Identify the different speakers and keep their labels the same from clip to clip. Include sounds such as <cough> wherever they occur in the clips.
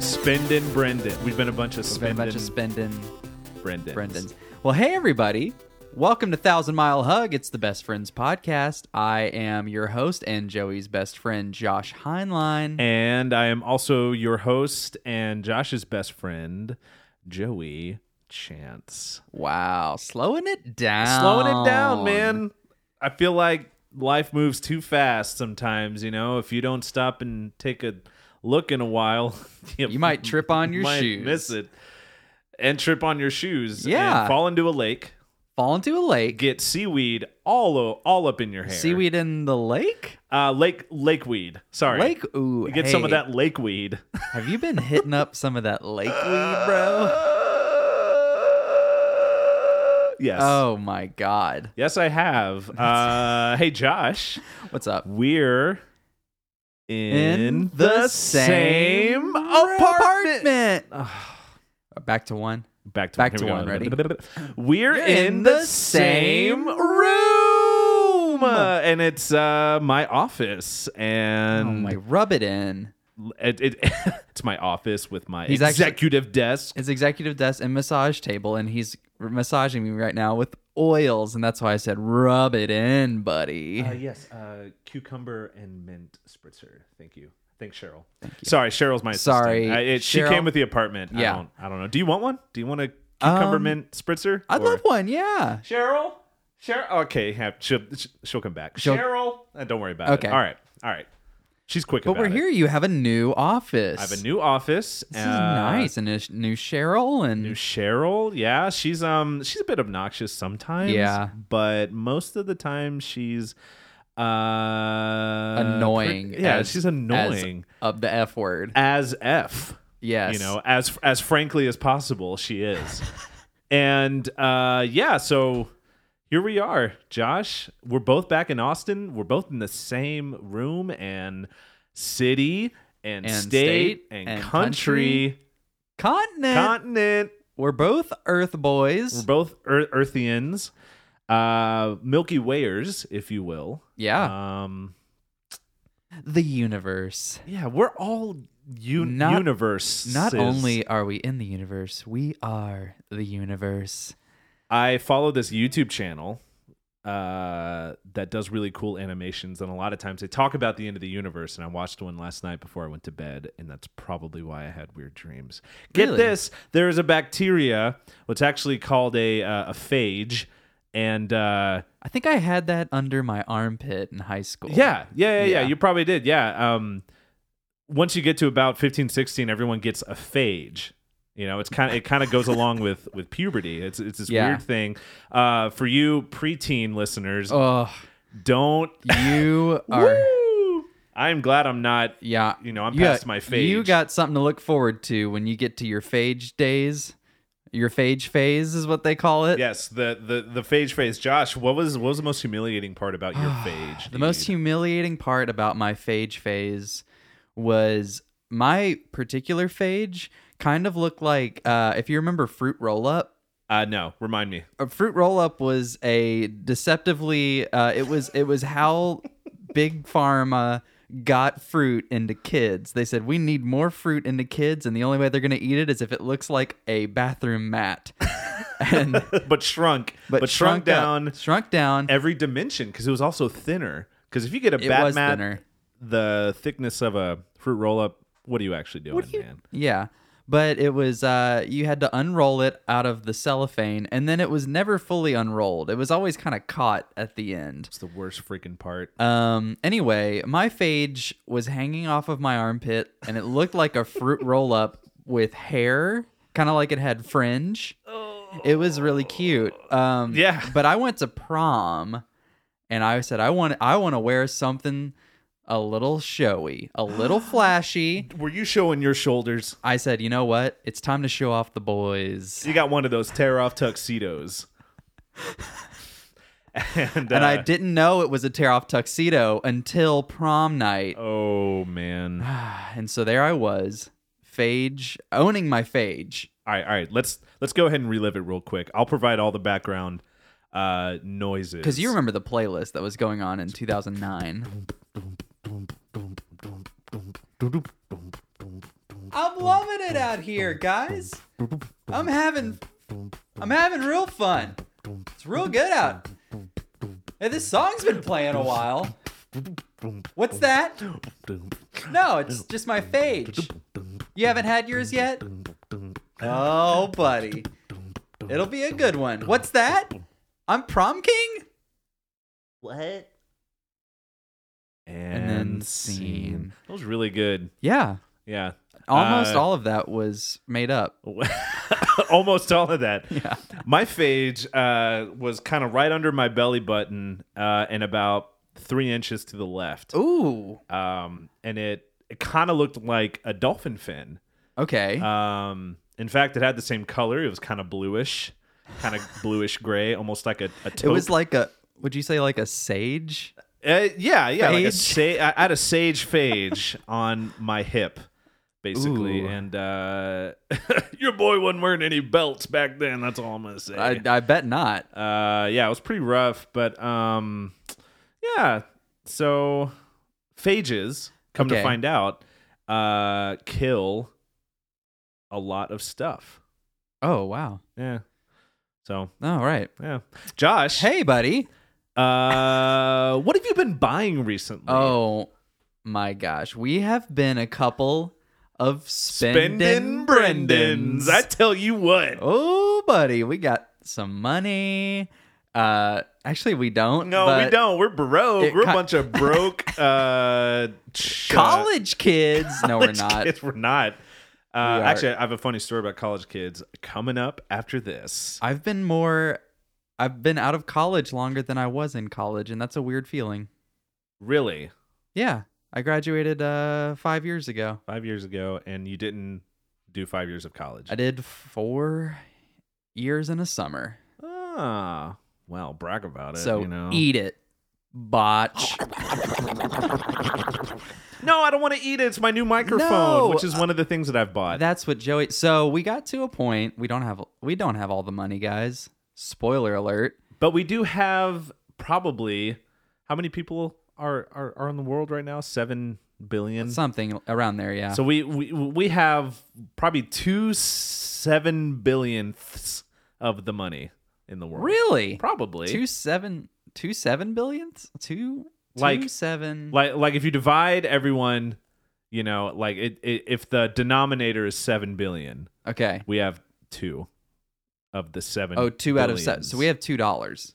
Speaker 1: Spendin' Brendan. We've been a bunch of
Speaker 2: We've been a
Speaker 1: spendin'
Speaker 2: bunch of spending
Speaker 1: Brendans.
Speaker 2: Brendans. Well, hey everybody. Welcome to Thousand Mile Hug. It's the Best Friends Podcast. I am your host and Joey's best friend, Josh Heinlein.
Speaker 1: And I am also your host and Josh's best friend, Joey Chance.
Speaker 2: wow. Slowing it down.
Speaker 1: Slowing it down, man. I feel like life moves too fast sometimes, you know? If you don't stop and take a look in a <laughs> while,
Speaker 2: You might trip on your
Speaker 1: <laughs> might
Speaker 2: shoes.
Speaker 1: miss it. And trip on your shoes.
Speaker 2: Yeah.
Speaker 1: And fall into a lake.
Speaker 2: Fall into a lake.
Speaker 1: Get seaweed all o- all up in your hair.
Speaker 2: Seaweed in the lake?
Speaker 1: Uh, lake lake weed. Sorry.
Speaker 2: Lake? Ooh.
Speaker 1: Get some of
Speaker 2: hey.
Speaker 1: that lake weed.
Speaker 2: Have you been hitting up some of that
Speaker 1: <laughs>
Speaker 2: lake weed, bro?
Speaker 1: yes.
Speaker 2: Oh my God.
Speaker 1: Yes, I have.
Speaker 2: <laughs>
Speaker 1: Uh, hey, Josh,
Speaker 2: What's up?
Speaker 1: we're in, same
Speaker 2: apartment. Back to one.
Speaker 1: Back to,
Speaker 2: Back
Speaker 1: here
Speaker 2: to
Speaker 1: we go.
Speaker 2: one, ready?
Speaker 1: <laughs> We're in, the same room, Uh, and it's uh, my office,
Speaker 2: Oh
Speaker 1: and
Speaker 2: my, rub it in.
Speaker 1: it, it, <laughs> it's my office with my
Speaker 2: He's actually-
Speaker 1: executive desk.
Speaker 2: His executive desk and massage table, and he's massaging me right now with oils, and that's why I said rub it in, buddy.
Speaker 1: Uh, yes, uh, cucumber and mint spritzer. Thank you. Thanks, Cheryl. Sorry, Cheryl's my assistant.
Speaker 2: Sorry,
Speaker 1: I, it, she
Speaker 2: Cheryl.
Speaker 1: came with the apartment.
Speaker 2: Yeah.
Speaker 1: I don't, I don't know. Do you want one? Do you want a cucumber
Speaker 2: Um,
Speaker 1: mint spritzer?
Speaker 2: I'd
Speaker 1: Or-
Speaker 2: love one, yeah.
Speaker 1: Cheryl. Cheryl. Okay, have, she'll, she'll come back.
Speaker 2: She'll-
Speaker 1: Cheryl. Uh, don't worry about
Speaker 2: Okay.
Speaker 1: it. All right. All right. She's quick
Speaker 2: But
Speaker 1: about
Speaker 2: we're
Speaker 1: it.
Speaker 2: here. You have a new office.
Speaker 1: I have a new office.
Speaker 2: This is nice, and a sh- new Cheryl, and
Speaker 1: Uh, New Cheryl, yeah, she's um she's a bit obnoxious sometimes,
Speaker 2: Yeah.
Speaker 1: but most of the time she's uh
Speaker 2: annoying.
Speaker 1: pre- uh, yeah,
Speaker 2: as-
Speaker 1: she's annoying
Speaker 2: as- Of the F word.
Speaker 1: as, f.
Speaker 2: Yes.
Speaker 1: You know, as as frankly as possible, she is. and uh yeah, so here we are, Josh. We're both back in Austin. We're both in the same room and city and,
Speaker 2: And
Speaker 1: state,
Speaker 2: state
Speaker 1: and,
Speaker 2: and
Speaker 1: country,
Speaker 2: Continent.
Speaker 1: continent.
Speaker 2: we're both Earth boys.
Speaker 1: We're both ear- Earthians, uh, Milky Wayers, if you will.
Speaker 2: yeah.
Speaker 1: Um,
Speaker 2: the universe.
Speaker 1: yeah, we're all un-
Speaker 2: Not-
Speaker 1: universe.
Speaker 2: Not only are we in the universe, we are the universe.
Speaker 1: I follow this YouTube channel uh, that does really cool animations, and a lot of times they talk about the end of the universe. And I watched one last night before I went to bed, and that's probably why I had weird dreams. Get
Speaker 2: Really?
Speaker 1: this: there is a bacteria, what's actually called a uh, a phage, and uh,
Speaker 2: I think I had that under my armpit in high school.
Speaker 1: Yeah, yeah, yeah, yeah.
Speaker 2: Yeah.
Speaker 1: You probably did. Yeah. Um, once you get to about 15, 16, everyone gets a phage. You know, it's kind of it kind of
Speaker 2: <laughs>
Speaker 1: goes along with with puberty. It's it's this
Speaker 2: Yeah.
Speaker 1: weird thing. Uh, for you preteen listeners,
Speaker 2: Oh,
Speaker 1: don't. <laughs>
Speaker 2: you are.
Speaker 1: Woo! I'm glad I'm not.
Speaker 2: Yeah.
Speaker 1: You know, I'm
Speaker 2: You
Speaker 1: past
Speaker 2: got-
Speaker 1: my phage.
Speaker 2: You got something to look forward to when you get to your phage days. Your phage phase is what they call it.
Speaker 1: yes the the the phage phase. Josh, what was what was the most humiliating part about your phage?
Speaker 2: <sighs> The most
Speaker 1: dude?
Speaker 2: humiliating part about my phage phase was my particular phage kind of looked like uh, if you remember fruit roll up.
Speaker 1: uh, no, remind me. <laughs>
Speaker 2: a fruit roll up was a deceptively uh, it was it was how big pharma got fruit into kids. They said we need more fruit into kids and the only way they're going to eat it is if it looks like a bathroom mat. <laughs> and
Speaker 1: but shrunk, but, shrunk,
Speaker 2: up-
Speaker 1: down
Speaker 2: shrunk down.
Speaker 1: every dimension because it was also thinner. Because if you get a
Speaker 2: It
Speaker 1: bat
Speaker 2: was
Speaker 1: mat,
Speaker 2: thinner.
Speaker 1: the thickness of a fruit roll up, what are you actually doing, man?
Speaker 2: Yeah. But it was uh you had to unroll it out of the cellophane and then it was never fully unrolled. It was always kind of caught at the end.
Speaker 1: It's the worst freaking part.
Speaker 2: Um. Anyway, my phage was hanging off of my armpit, and it looked like a fruit roll up with hair, kind of like it had fringe. It was really cute. Um.
Speaker 1: Yeah.
Speaker 2: But I went to prom, and I said I want I want to wear something a little showy, a little flashy.
Speaker 1: Were you showing your shoulders?
Speaker 2: I said, you know what? It's time to show off the boys.
Speaker 1: You got one of those tear off tuxedos. and,
Speaker 2: And I
Speaker 1: uh,
Speaker 2: didn't know it was a tear off tuxedo until prom night.
Speaker 1: Oh <sighs> man! All
Speaker 2: And so there I was, phage, owning my phage.
Speaker 1: right, all right. Let's let's go ahead and relive it real quick. I'll provide all the background uh noises
Speaker 2: Because you remember the playlist that was going on in 2009. I'm loving it out here, guys. I'm having I'm having real fun. It's real good out. Hey, this song's been playing a while. What's that? No, it's just my phage. You haven't had yours yet? Oh, buddy. It'll be a good one. What's that? I'm prom king?
Speaker 3: What?
Speaker 1: And,
Speaker 2: then scene.
Speaker 1: That was really good.
Speaker 2: Yeah.
Speaker 1: Yeah. <laughs>
Speaker 2: Almost
Speaker 1: Uh,
Speaker 2: all of that was made up. <laughs>
Speaker 1: almost all of that.
Speaker 2: Yeah.
Speaker 1: My phage uh, was kind of right under my belly button uh, and about three inches to the left.
Speaker 2: Ooh.
Speaker 1: Um, and it, it kind of looked like a dolphin fin.
Speaker 2: Okay.
Speaker 1: Um, in fact, it had the same color. It was kind of bluish, kind of bluish gray, almost like a, a
Speaker 2: it was
Speaker 1: taupe.
Speaker 2: like a would you say like a sage?
Speaker 1: Uh, yeah, yeah. Like a sa-
Speaker 2: Phage?
Speaker 1: I I had a sage phage on my hip, basically,
Speaker 2: Ooh.
Speaker 1: and uh, <laughs> your boy wasn't wearing any belts back then. That's all I'm gonna say.
Speaker 2: I, I bet not.
Speaker 1: uh, yeah, it was pretty rough, but um, yeah. So phages, come to
Speaker 2: Okay.
Speaker 1: find out, uh, kill a lot of stuff.
Speaker 2: Oh wow.
Speaker 1: Yeah. So
Speaker 2: All right.
Speaker 1: yeah, Josh.
Speaker 2: Hey buddy.
Speaker 1: Uh, what have you been buying recently?
Speaker 2: Oh my gosh. We have been a couple of spending,
Speaker 1: Spendin'
Speaker 2: Brendans.
Speaker 1: Brendans. I tell you what.
Speaker 2: oh buddy, we got some money. Uh actually we don't.
Speaker 1: no, we
Speaker 2: but
Speaker 1: don't. We're broke.
Speaker 2: it
Speaker 1: We're a
Speaker 2: ki-
Speaker 1: bunch of
Speaker 2: <laughs>
Speaker 1: broke uh ch-
Speaker 2: College kids.
Speaker 1: <laughs>
Speaker 2: no, we're
Speaker 1: college
Speaker 2: not.
Speaker 1: Kids. We're not. Uh,
Speaker 2: are.
Speaker 1: actually, I have a funny story about college kids coming up after this.
Speaker 2: I've been more I've been out of college longer than I was in college, and that's a weird feeling.
Speaker 1: Really,
Speaker 2: Yeah. I graduated uh five years ago.
Speaker 1: five years ago, and you didn't do five years of college.
Speaker 2: I did four years in a summer.
Speaker 1: Ah, well, brag about it.
Speaker 2: so
Speaker 1: you know.
Speaker 2: eat it.
Speaker 1: <laughs>
Speaker 2: Botch.
Speaker 1: no, I don't want to eat it. It's my new microphone,
Speaker 2: No.
Speaker 1: which is one of the things that I've bought.
Speaker 2: That's what Joey so we got to a point we don't have we don't have all the money, guys. Spoiler alert.
Speaker 1: But we do have probably how many people are are, are in the world right now? Seven billion.
Speaker 2: Something around there, yeah.
Speaker 1: Mm. So we, we we have probably two seven billionths of the money in the world.
Speaker 2: really?
Speaker 1: Probably.
Speaker 2: Two seven two seven billionths? Two two
Speaker 1: Like-
Speaker 2: seven
Speaker 1: Like like if you divide everyone, you know, like it, it, if the denominator is seven billion,
Speaker 2: Okay.
Speaker 1: we have two of the seven.
Speaker 2: Oh, two out of seven.
Speaker 1: billions.
Speaker 2: So we have two dollars.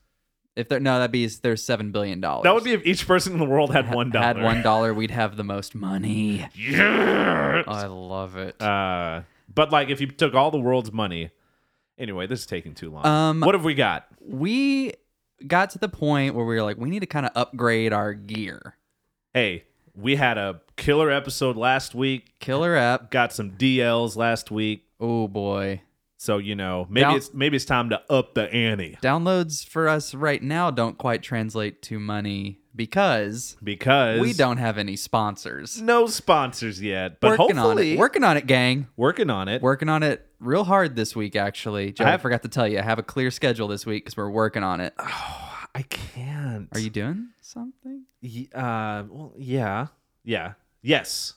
Speaker 2: If there no, that'd be there's seven billion dollars.
Speaker 1: that would be if each person in the world had one dollar.
Speaker 2: Had one dollar, we'd have the
Speaker 1: <laughs>
Speaker 2: most money. Oh,
Speaker 1: Yeah.
Speaker 2: I love it.
Speaker 1: Uh, but like if you took all the world's money, anyway, this is taking too long.
Speaker 2: Um,
Speaker 1: what have we got?
Speaker 2: we got to the point where we were like, we need to kind of upgrade our gear.
Speaker 1: Hey, we had a killer episode last week.
Speaker 2: Killer app.
Speaker 1: Got some DLs last week,
Speaker 2: Oh boy.
Speaker 1: so you know maybe
Speaker 2: Down-
Speaker 1: it's maybe it's time to up the ante
Speaker 2: Downloads for us right now don't quite translate to money because
Speaker 1: because
Speaker 2: we don't have any sponsors.
Speaker 1: no sponsors yet, but
Speaker 2: working
Speaker 1: hopefully
Speaker 2: on it. Working on it, gang.
Speaker 1: working on it.
Speaker 2: Working on it real hard this week, actually. Joe,
Speaker 1: I
Speaker 2: I,
Speaker 1: have-
Speaker 2: forgot to tell you, I have a clear schedule this week because we're working on it.
Speaker 1: I can't.
Speaker 2: Are you doing something?
Speaker 1: you? Uh, well, yeah, yeah, yes,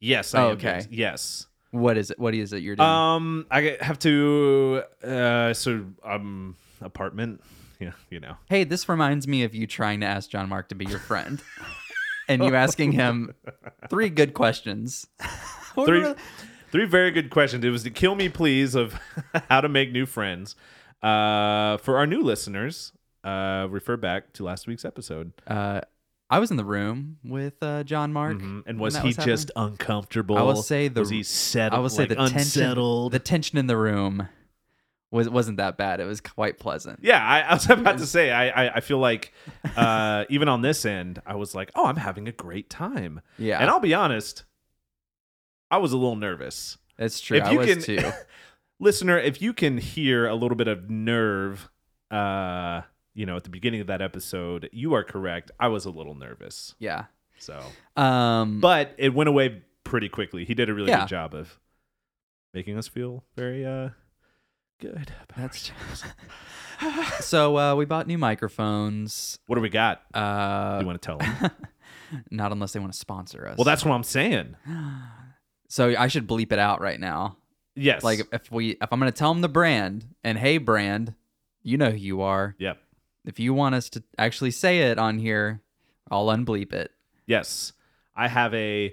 Speaker 1: yes. I
Speaker 2: Oh,
Speaker 1: am.
Speaker 2: okay.
Speaker 1: Yes.
Speaker 2: What is it? What is it you're doing?
Speaker 1: Um, I have to. Uh, so um, apartment. <laughs> Yeah, you know.
Speaker 2: hey, this reminds me of you trying to ask John Mark to be your friend, and you asking him three good <laughs> questions. What
Speaker 1: Three,
Speaker 2: were-
Speaker 1: three very good questions. It was the kill me please of <laughs> how to make new friends. Uh, for our new listeners, uh, refer back to last week's episode.
Speaker 2: Uh, I was in the room with uh, John Mark,
Speaker 1: Mhm. And
Speaker 2: when
Speaker 1: was
Speaker 2: that
Speaker 1: he
Speaker 2: happening.
Speaker 1: just uncomfortable?
Speaker 2: I will say the-
Speaker 1: was he settled.
Speaker 2: I will say
Speaker 1: like,
Speaker 2: the
Speaker 1: unsettled.
Speaker 2: tension. The tension in the room was wasn't that bad. It was quite pleasant.
Speaker 1: yeah, I, I was <laughs> about to say. I I, I feel like uh, even on this end, I was like, oh, I'm having a great time.
Speaker 2: Yeah,
Speaker 1: And I'll be honest, I was a little nervous.
Speaker 2: that's true.
Speaker 1: if
Speaker 2: I
Speaker 1: you
Speaker 2: was
Speaker 1: can- <laughs>
Speaker 2: too.
Speaker 1: listener, if you can hear a little bit of nerve, uh, you know, at the beginning of that episode, you are correct. I was a little nervous.
Speaker 2: Yeah.
Speaker 1: So,
Speaker 2: Um,
Speaker 1: but it went away pretty quickly. He did a really
Speaker 2: Yeah.
Speaker 1: good job of making us feel very uh good. about
Speaker 2: That's-
Speaker 1: ourselves.
Speaker 2: so uh, we bought new microphones.
Speaker 1: what do we got?
Speaker 2: Uh, <laughs>
Speaker 1: you want to tell him?
Speaker 2: not unless they want to sponsor us.
Speaker 1: Well, that's what I'm saying.
Speaker 2: So I should bleep it out right now.
Speaker 1: Yes.
Speaker 2: Like if we if I'm gonna tell them the brand and hey brand, you know who you are.
Speaker 1: Yep.
Speaker 2: If you want us to actually say it on here, I'll unbleep it.
Speaker 1: Yes. I have a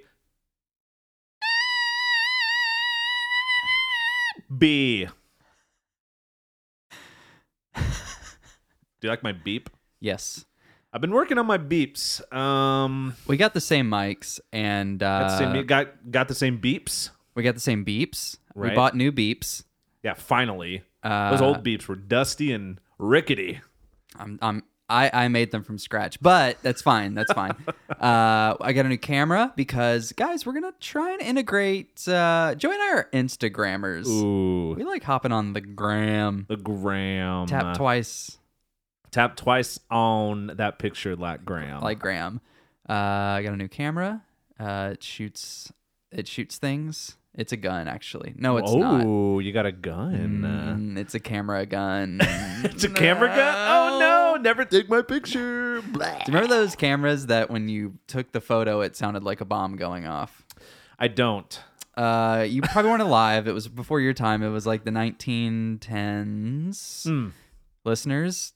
Speaker 1: B. Do you like my beep?
Speaker 2: Yes.
Speaker 1: I've been working on my beeps. Um,
Speaker 2: We got the same mics and
Speaker 1: got, the
Speaker 2: uh,
Speaker 1: same, got got the same beeps.
Speaker 2: we got the same beeps.
Speaker 1: Right.
Speaker 2: We bought new beeps.
Speaker 1: Yeah, finally,
Speaker 2: Uh,
Speaker 1: those old beeps were dusty and rickety.
Speaker 2: I'm, I'm, I, I made them from scratch, but that's fine.
Speaker 1: <laughs>
Speaker 2: That's fine. uh, I got a new camera because, guys, we're going to try and integrate. Uh, Joey and I are Instagrammers.
Speaker 1: Ooh,
Speaker 2: We like hopping on the gram.
Speaker 1: the gram. uh,
Speaker 2: Tap twice,
Speaker 1: Tap twice on that picture, like gram.
Speaker 2: like gram. Uh, I got a new camera. Uh, it shoots. It shoots things. It's a gun, actually. No, it's not.
Speaker 1: oh, you got a gun.
Speaker 2: Mm, it's a camera gun.
Speaker 1: <laughs> It's a camera gun. Oh no! Never take my picture. Blah.
Speaker 2: Do you remember those cameras that when you took the photo, it sounded like a bomb going off?
Speaker 1: I don't.
Speaker 2: Uh, you probably weren't alive. It was before your time. It was like the 1910s.
Speaker 1: Hmm.
Speaker 2: Listeners,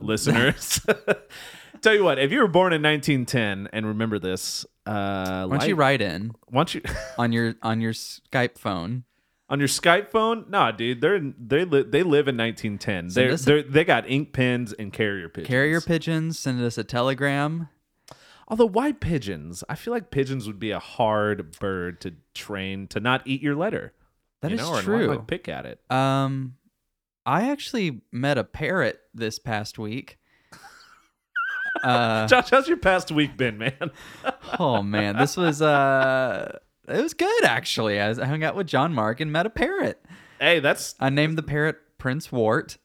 Speaker 1: Listeners, <laughs> tell you what. If you were born in 1910 and remember this, uh,
Speaker 2: why don't you
Speaker 1: life-
Speaker 2: write in
Speaker 1: why don't you <laughs>
Speaker 2: on your on your Skype phone?
Speaker 1: on your Skype phone? Nah, dude. They're they li- they live in 1910. They're,
Speaker 2: us a-
Speaker 1: they're they got ink pens and carrier pigeons.
Speaker 2: Carrier pigeons, send us a telegram.
Speaker 1: Although why pigeons? I feel like pigeons would be a hard bird to train to not eat your letter.
Speaker 2: That
Speaker 1: you
Speaker 2: is
Speaker 1: know, or
Speaker 2: true.
Speaker 1: Not, like, pick at it.
Speaker 2: Um, I actually met a parrot this
Speaker 1: <laughs>
Speaker 2: past week. Uh,
Speaker 1: Josh, how's your past week been, man? <laughs>
Speaker 2: oh man, this was uh, it was good actually. I, was, I hung out with John Mark and met a parrot.
Speaker 1: hey, that's
Speaker 2: I named the parrot Prince Wart.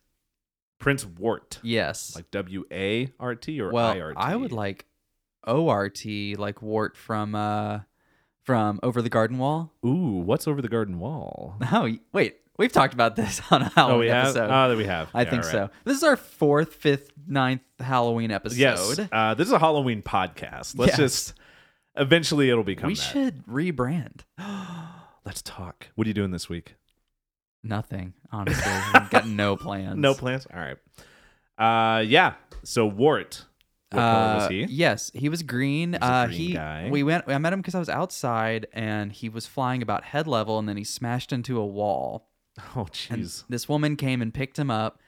Speaker 1: Prince Wart.
Speaker 2: Yes,
Speaker 1: Like W A R T or
Speaker 2: well,
Speaker 1: I R T?
Speaker 2: I would like ORT, like Wart from uh from Over the Garden Wall.
Speaker 1: Ooh, what's over the garden wall?
Speaker 2: <laughs> Oh y- wait, we've talked about this <laughs> on a Halloween
Speaker 1: oh, we have.
Speaker 2: episode.
Speaker 1: Oh, that we have.
Speaker 2: I
Speaker 1: Yeah,
Speaker 2: think
Speaker 1: all right.
Speaker 2: so. This is our fourth, fifth, ninth Halloween episode.
Speaker 1: Yes. Uh, this is a Halloween podcast. Let's
Speaker 2: Yes.
Speaker 1: just. Eventually, it'll become.
Speaker 2: we
Speaker 1: that.
Speaker 2: should rebrand.
Speaker 1: Let's talk. What are you doing this week?
Speaker 2: Nothing, honestly. We've
Speaker 1: <laughs>
Speaker 2: got no plans.
Speaker 1: No plans. All right. Uh, yeah. So Wart. What color was
Speaker 2: Uh,
Speaker 1: he?
Speaker 2: Yes, he was green.
Speaker 1: a
Speaker 2: uh,
Speaker 1: green
Speaker 2: he,
Speaker 1: guy.
Speaker 2: we went. I met him because I was outside, and he was flying about head level, and then he smashed into a wall.
Speaker 1: <laughs> Oh,
Speaker 2: And
Speaker 1: jeez.
Speaker 2: this woman came and picked him up,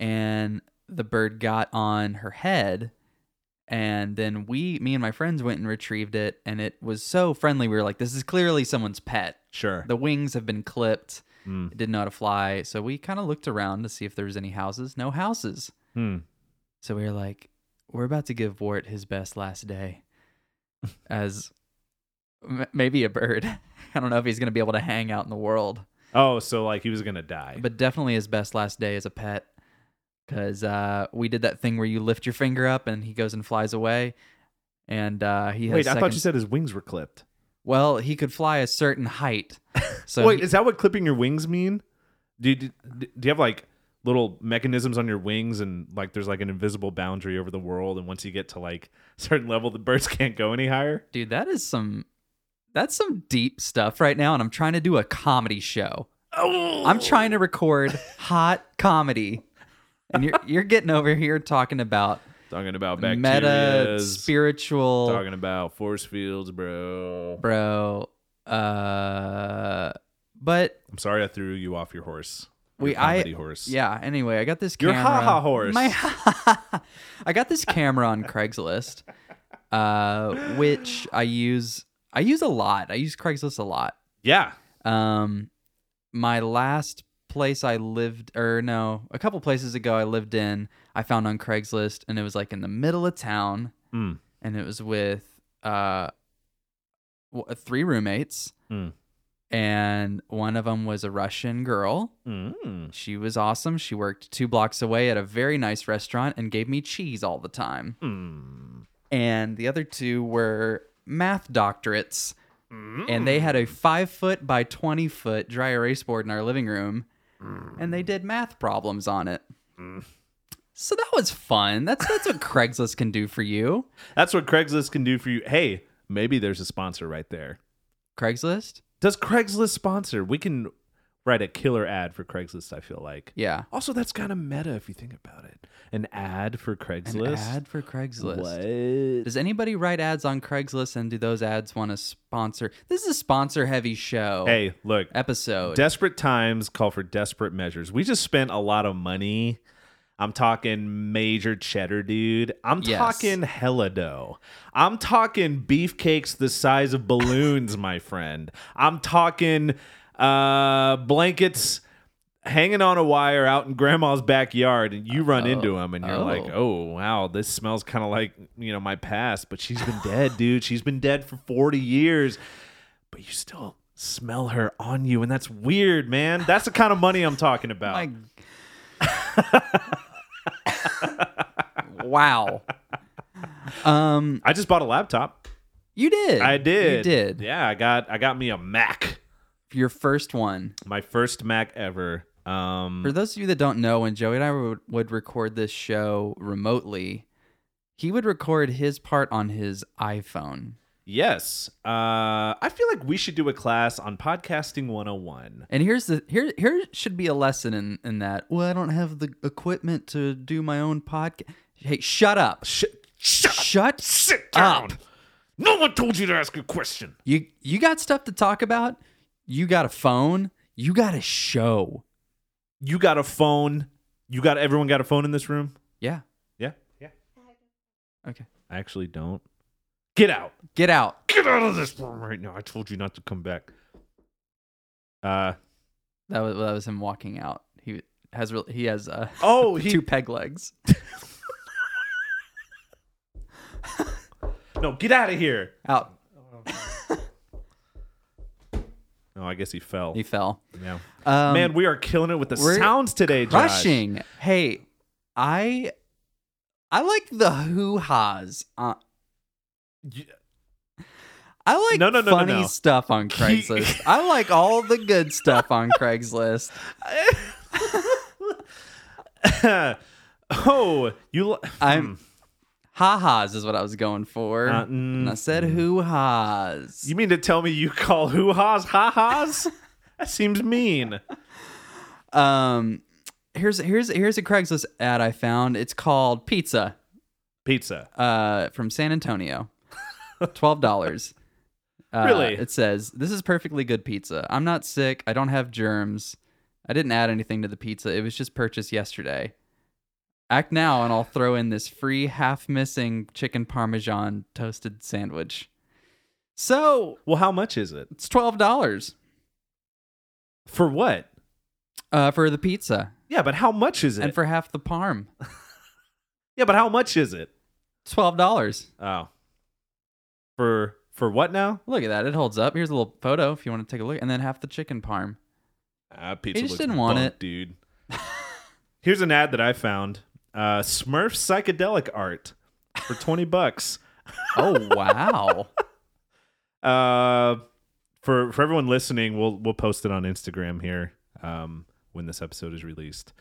Speaker 2: and the bird got on her head. And then we, me and my friends, went and retrieved it, and it was so friendly. We were like, "This is clearly someone's pet.
Speaker 1: Sure.
Speaker 2: The wings have been clipped.
Speaker 1: Mm.
Speaker 2: It didn't know how to fly." So we kind of looked around to see if there was any houses. No houses.
Speaker 1: Hmm.
Speaker 2: So we were like, we're about to give Wart his best
Speaker 1: <laughs>
Speaker 2: last day as m- maybe a bird. <laughs> I don't know if he's going to be able to hang out in the world,
Speaker 1: Oh, so like he was gonna die.
Speaker 2: but definitely his best last day as a pet. Because uh, we did that thing where you lift your finger up and he goes and flies away. And uh, he has
Speaker 1: Wait, I thought
Speaker 2: seconds-
Speaker 1: you said his wings were clipped.
Speaker 2: well, he could fly a
Speaker 1: <laughs>
Speaker 2: certain height. So
Speaker 1: Wait,
Speaker 2: he-
Speaker 1: is that what clipping your wings mean? Do you, do you have like little mechanisms on your wings and like there's like an invisible boundary over the world and once you get to like <laughs> a certain level the birds can't go any higher?
Speaker 2: dude, that is some that's some deep stuff right now. And I'm trying to do a comedy show.
Speaker 1: Oh.
Speaker 2: I'm trying to record hot comedy, and you're you're getting over here talking about
Speaker 1: talking about
Speaker 2: meta
Speaker 1: bacteria,
Speaker 2: spiritual,
Speaker 1: talking about force fields, bro.
Speaker 2: bro. Uh, but
Speaker 1: I'm sorry I threw you off your horse. Your
Speaker 2: We- I-
Speaker 1: comedy horse.
Speaker 2: yeah. Anyway, I got this.
Speaker 1: Your
Speaker 2: Camera,
Speaker 1: ha-ha horse.
Speaker 2: My <laughs> ha- I got this camera on Craigslist, uh, which I use. I use a lot. I use Craigslist a lot.
Speaker 1: Yeah.
Speaker 2: Um, my last place I lived, or no, a couple places ago I lived in, I found on Craigslist, and it was like in the middle of town,
Speaker 1: Mm.
Speaker 2: and it was with uh, w- three roommates,
Speaker 1: Mm.
Speaker 2: and one of them was a Russian girl.
Speaker 1: Mm.
Speaker 2: She was awesome. She worked two blocks away at a very nice restaurant and gave me cheese all the time.
Speaker 1: Mm.
Speaker 2: And the other two were math doctorates and they
Speaker 1: Mm.
Speaker 2: had a five foot by 20 foot dry erase board in our living room
Speaker 1: Mm.
Speaker 2: and they did math problems on it so that was fun that's that's what <laughs> craigslist can do for you
Speaker 1: That's what Craigslist can do for you. Hey, maybe there's a sponsor right there.
Speaker 2: craigslist
Speaker 1: Does Craigslist sponsor? We can write a killer ad for Craigslist, I feel like.
Speaker 2: Yeah.
Speaker 1: Also, that's kind of meta if you think about it. An ad for Craigslist.
Speaker 2: An ad for Craigslist.
Speaker 1: What?
Speaker 2: Does anybody write ads on Craigslist and do those ads want to sponsor? This is a sponsor heavy show
Speaker 1: Hey, look.
Speaker 2: episode.
Speaker 1: Desperate times call for desperate measures. We just spent a lot of money. I'm talking major cheddar, dude. I'm
Speaker 2: Yes.
Speaker 1: talking hella dough. I'm talking beefcakes the size of balloons, my friend. I'm talking uh, blankets hanging on a wire out in grandma's backyard, and you run into him, and you're
Speaker 2: Oh.
Speaker 1: like, oh, wow, this smells kind of like, you know, my past, but she's been dead, dude. She's been dead for 40 years but you still smell her on you and that's weird man that's the kind of money i'm talking about
Speaker 2: My...
Speaker 1: <laughs>
Speaker 2: wow. Um,
Speaker 1: i just bought a laptop
Speaker 2: you did.
Speaker 1: i did
Speaker 2: You did.
Speaker 1: yeah i got i got me a mac
Speaker 2: Your first one.
Speaker 1: my first mac ever um
Speaker 2: For those of you that don't know, when Joey and I would, would record this show remotely, he would record his part on his iPhone.
Speaker 1: yes uh i feel like we should do a class on podcasting 101
Speaker 2: And here's the here here should be a lesson in in that. Well, I don't have the equipment to do my own podcast. Hey, shut up.
Speaker 1: Sh- shut
Speaker 2: Shut
Speaker 1: sit
Speaker 2: up.
Speaker 1: down no one told you to ask a question
Speaker 2: You you got stuff to talk about? You got a phone? You got a show.
Speaker 1: you got a phone you got everyone got a phone in this room
Speaker 2: Yeah.
Speaker 1: yeah yeah
Speaker 2: Okay.
Speaker 1: i actually don't get out
Speaker 2: Get out.
Speaker 1: get out of this room right now. I told you not to come back. Uh
Speaker 2: That was that was him walking out. He has real he has uh <laughs>
Speaker 1: oh, he
Speaker 2: two peg legs.
Speaker 1: no, get out of here.
Speaker 2: Out.
Speaker 1: No, I guess he fell.
Speaker 2: He fell.
Speaker 1: yeah.
Speaker 2: Um,
Speaker 1: Man, we are killing it with the
Speaker 2: we're
Speaker 1: sounds today, Josh.
Speaker 2: crushing. Hey, I I like the hoo ha's. Uh,
Speaker 1: Y-
Speaker 2: I like
Speaker 1: No, no, no, no,
Speaker 2: funny
Speaker 1: no.
Speaker 2: stuff on
Speaker 1: He-
Speaker 2: Craigslist. I like all the good
Speaker 1: <laughs>
Speaker 2: stuff on Craigslist.
Speaker 1: <laughs> oh, you li-
Speaker 2: I'm ha ha's is what I was going for.
Speaker 1: Hmm. Uh, mm.
Speaker 2: and I said hoo ha's.
Speaker 1: You mean to tell me you call hoo ha's ha
Speaker 2: <laughs>
Speaker 1: ha's? that seems mean.
Speaker 2: Um, here's here's here's a Craigslist ad I found. It's called Pizza.
Speaker 1: Pizza.
Speaker 2: uh, from
Speaker 1: <laughs>
Speaker 2: San Antonio. Twelve dollars. Uh,
Speaker 1: Really?
Speaker 2: It says this is perfectly good pizza. I'm not sick. I don't have germs. I didn't add anything to the pizza. It was just purchased yesterday. Act now, and I'll throw in this free half missing chicken parmesan toasted sandwich. So
Speaker 1: Well, how much is it?
Speaker 2: it's twelve dollars
Speaker 1: For what?
Speaker 2: uh, for the pizza
Speaker 1: Yeah, but how much is it?
Speaker 2: and for half the parm.
Speaker 1: yeah, but how much is it?
Speaker 2: Twelve dollars.
Speaker 1: Oh. For for what now?
Speaker 2: Look at that. It holds up. Here's a little photo if you want to take a look, and then half the chicken parm.
Speaker 1: Uh, pizza
Speaker 2: just
Speaker 1: looks
Speaker 2: didn't want
Speaker 1: bunk,
Speaker 2: it.
Speaker 1: dude. <laughs> Here's an ad that I found: uh, Smurf psychedelic art for twenty bucks.
Speaker 2: Oh
Speaker 1: <laughs>
Speaker 2: wow.
Speaker 1: Uh, for for everyone listening, we'll we'll post it on Instagram here um, when this episode is released.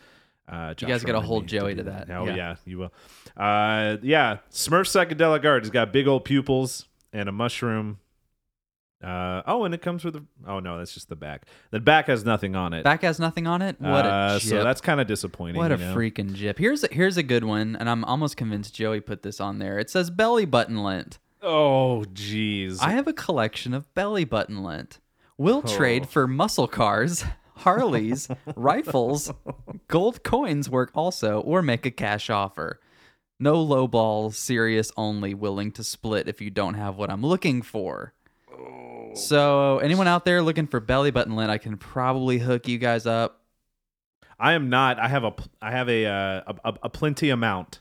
Speaker 1: Uh, Josh,
Speaker 2: guys gotta
Speaker 1: remind
Speaker 2: hold
Speaker 1: me
Speaker 2: Joey
Speaker 1: do
Speaker 2: to that.
Speaker 1: Oh
Speaker 2: Yeah.
Speaker 1: yeah. you will. Uh, yeah, Smurf psychedelic art. It's got big old pupils and a mushroom. Uh, oh, and it comes with a. Oh no, that's just the back. The back has nothing on it.
Speaker 2: Back has nothing on it. What a
Speaker 1: Uh,
Speaker 2: jip.
Speaker 1: so that's kind of disappointing.
Speaker 2: what a
Speaker 1: you know?
Speaker 2: freaking jip. Here's a, here's a good one, and I'm almost convinced Joey put this on there. It says belly button lint.
Speaker 1: Oh, jeez.
Speaker 2: I have a collection of belly button lint. We'll
Speaker 1: Oh.
Speaker 2: trade for muscle cars, <laughs> Harleys, rifles, gold coins work also, or make a cash offer. No low balls, serious only, willing to split if you don't have what I'm looking for.
Speaker 1: Oh.
Speaker 2: So, anyone out there looking for belly button lint, I can probably hook you guys up.
Speaker 1: I am not. I have a. pl- I have a uh, a, a, a plenty amount,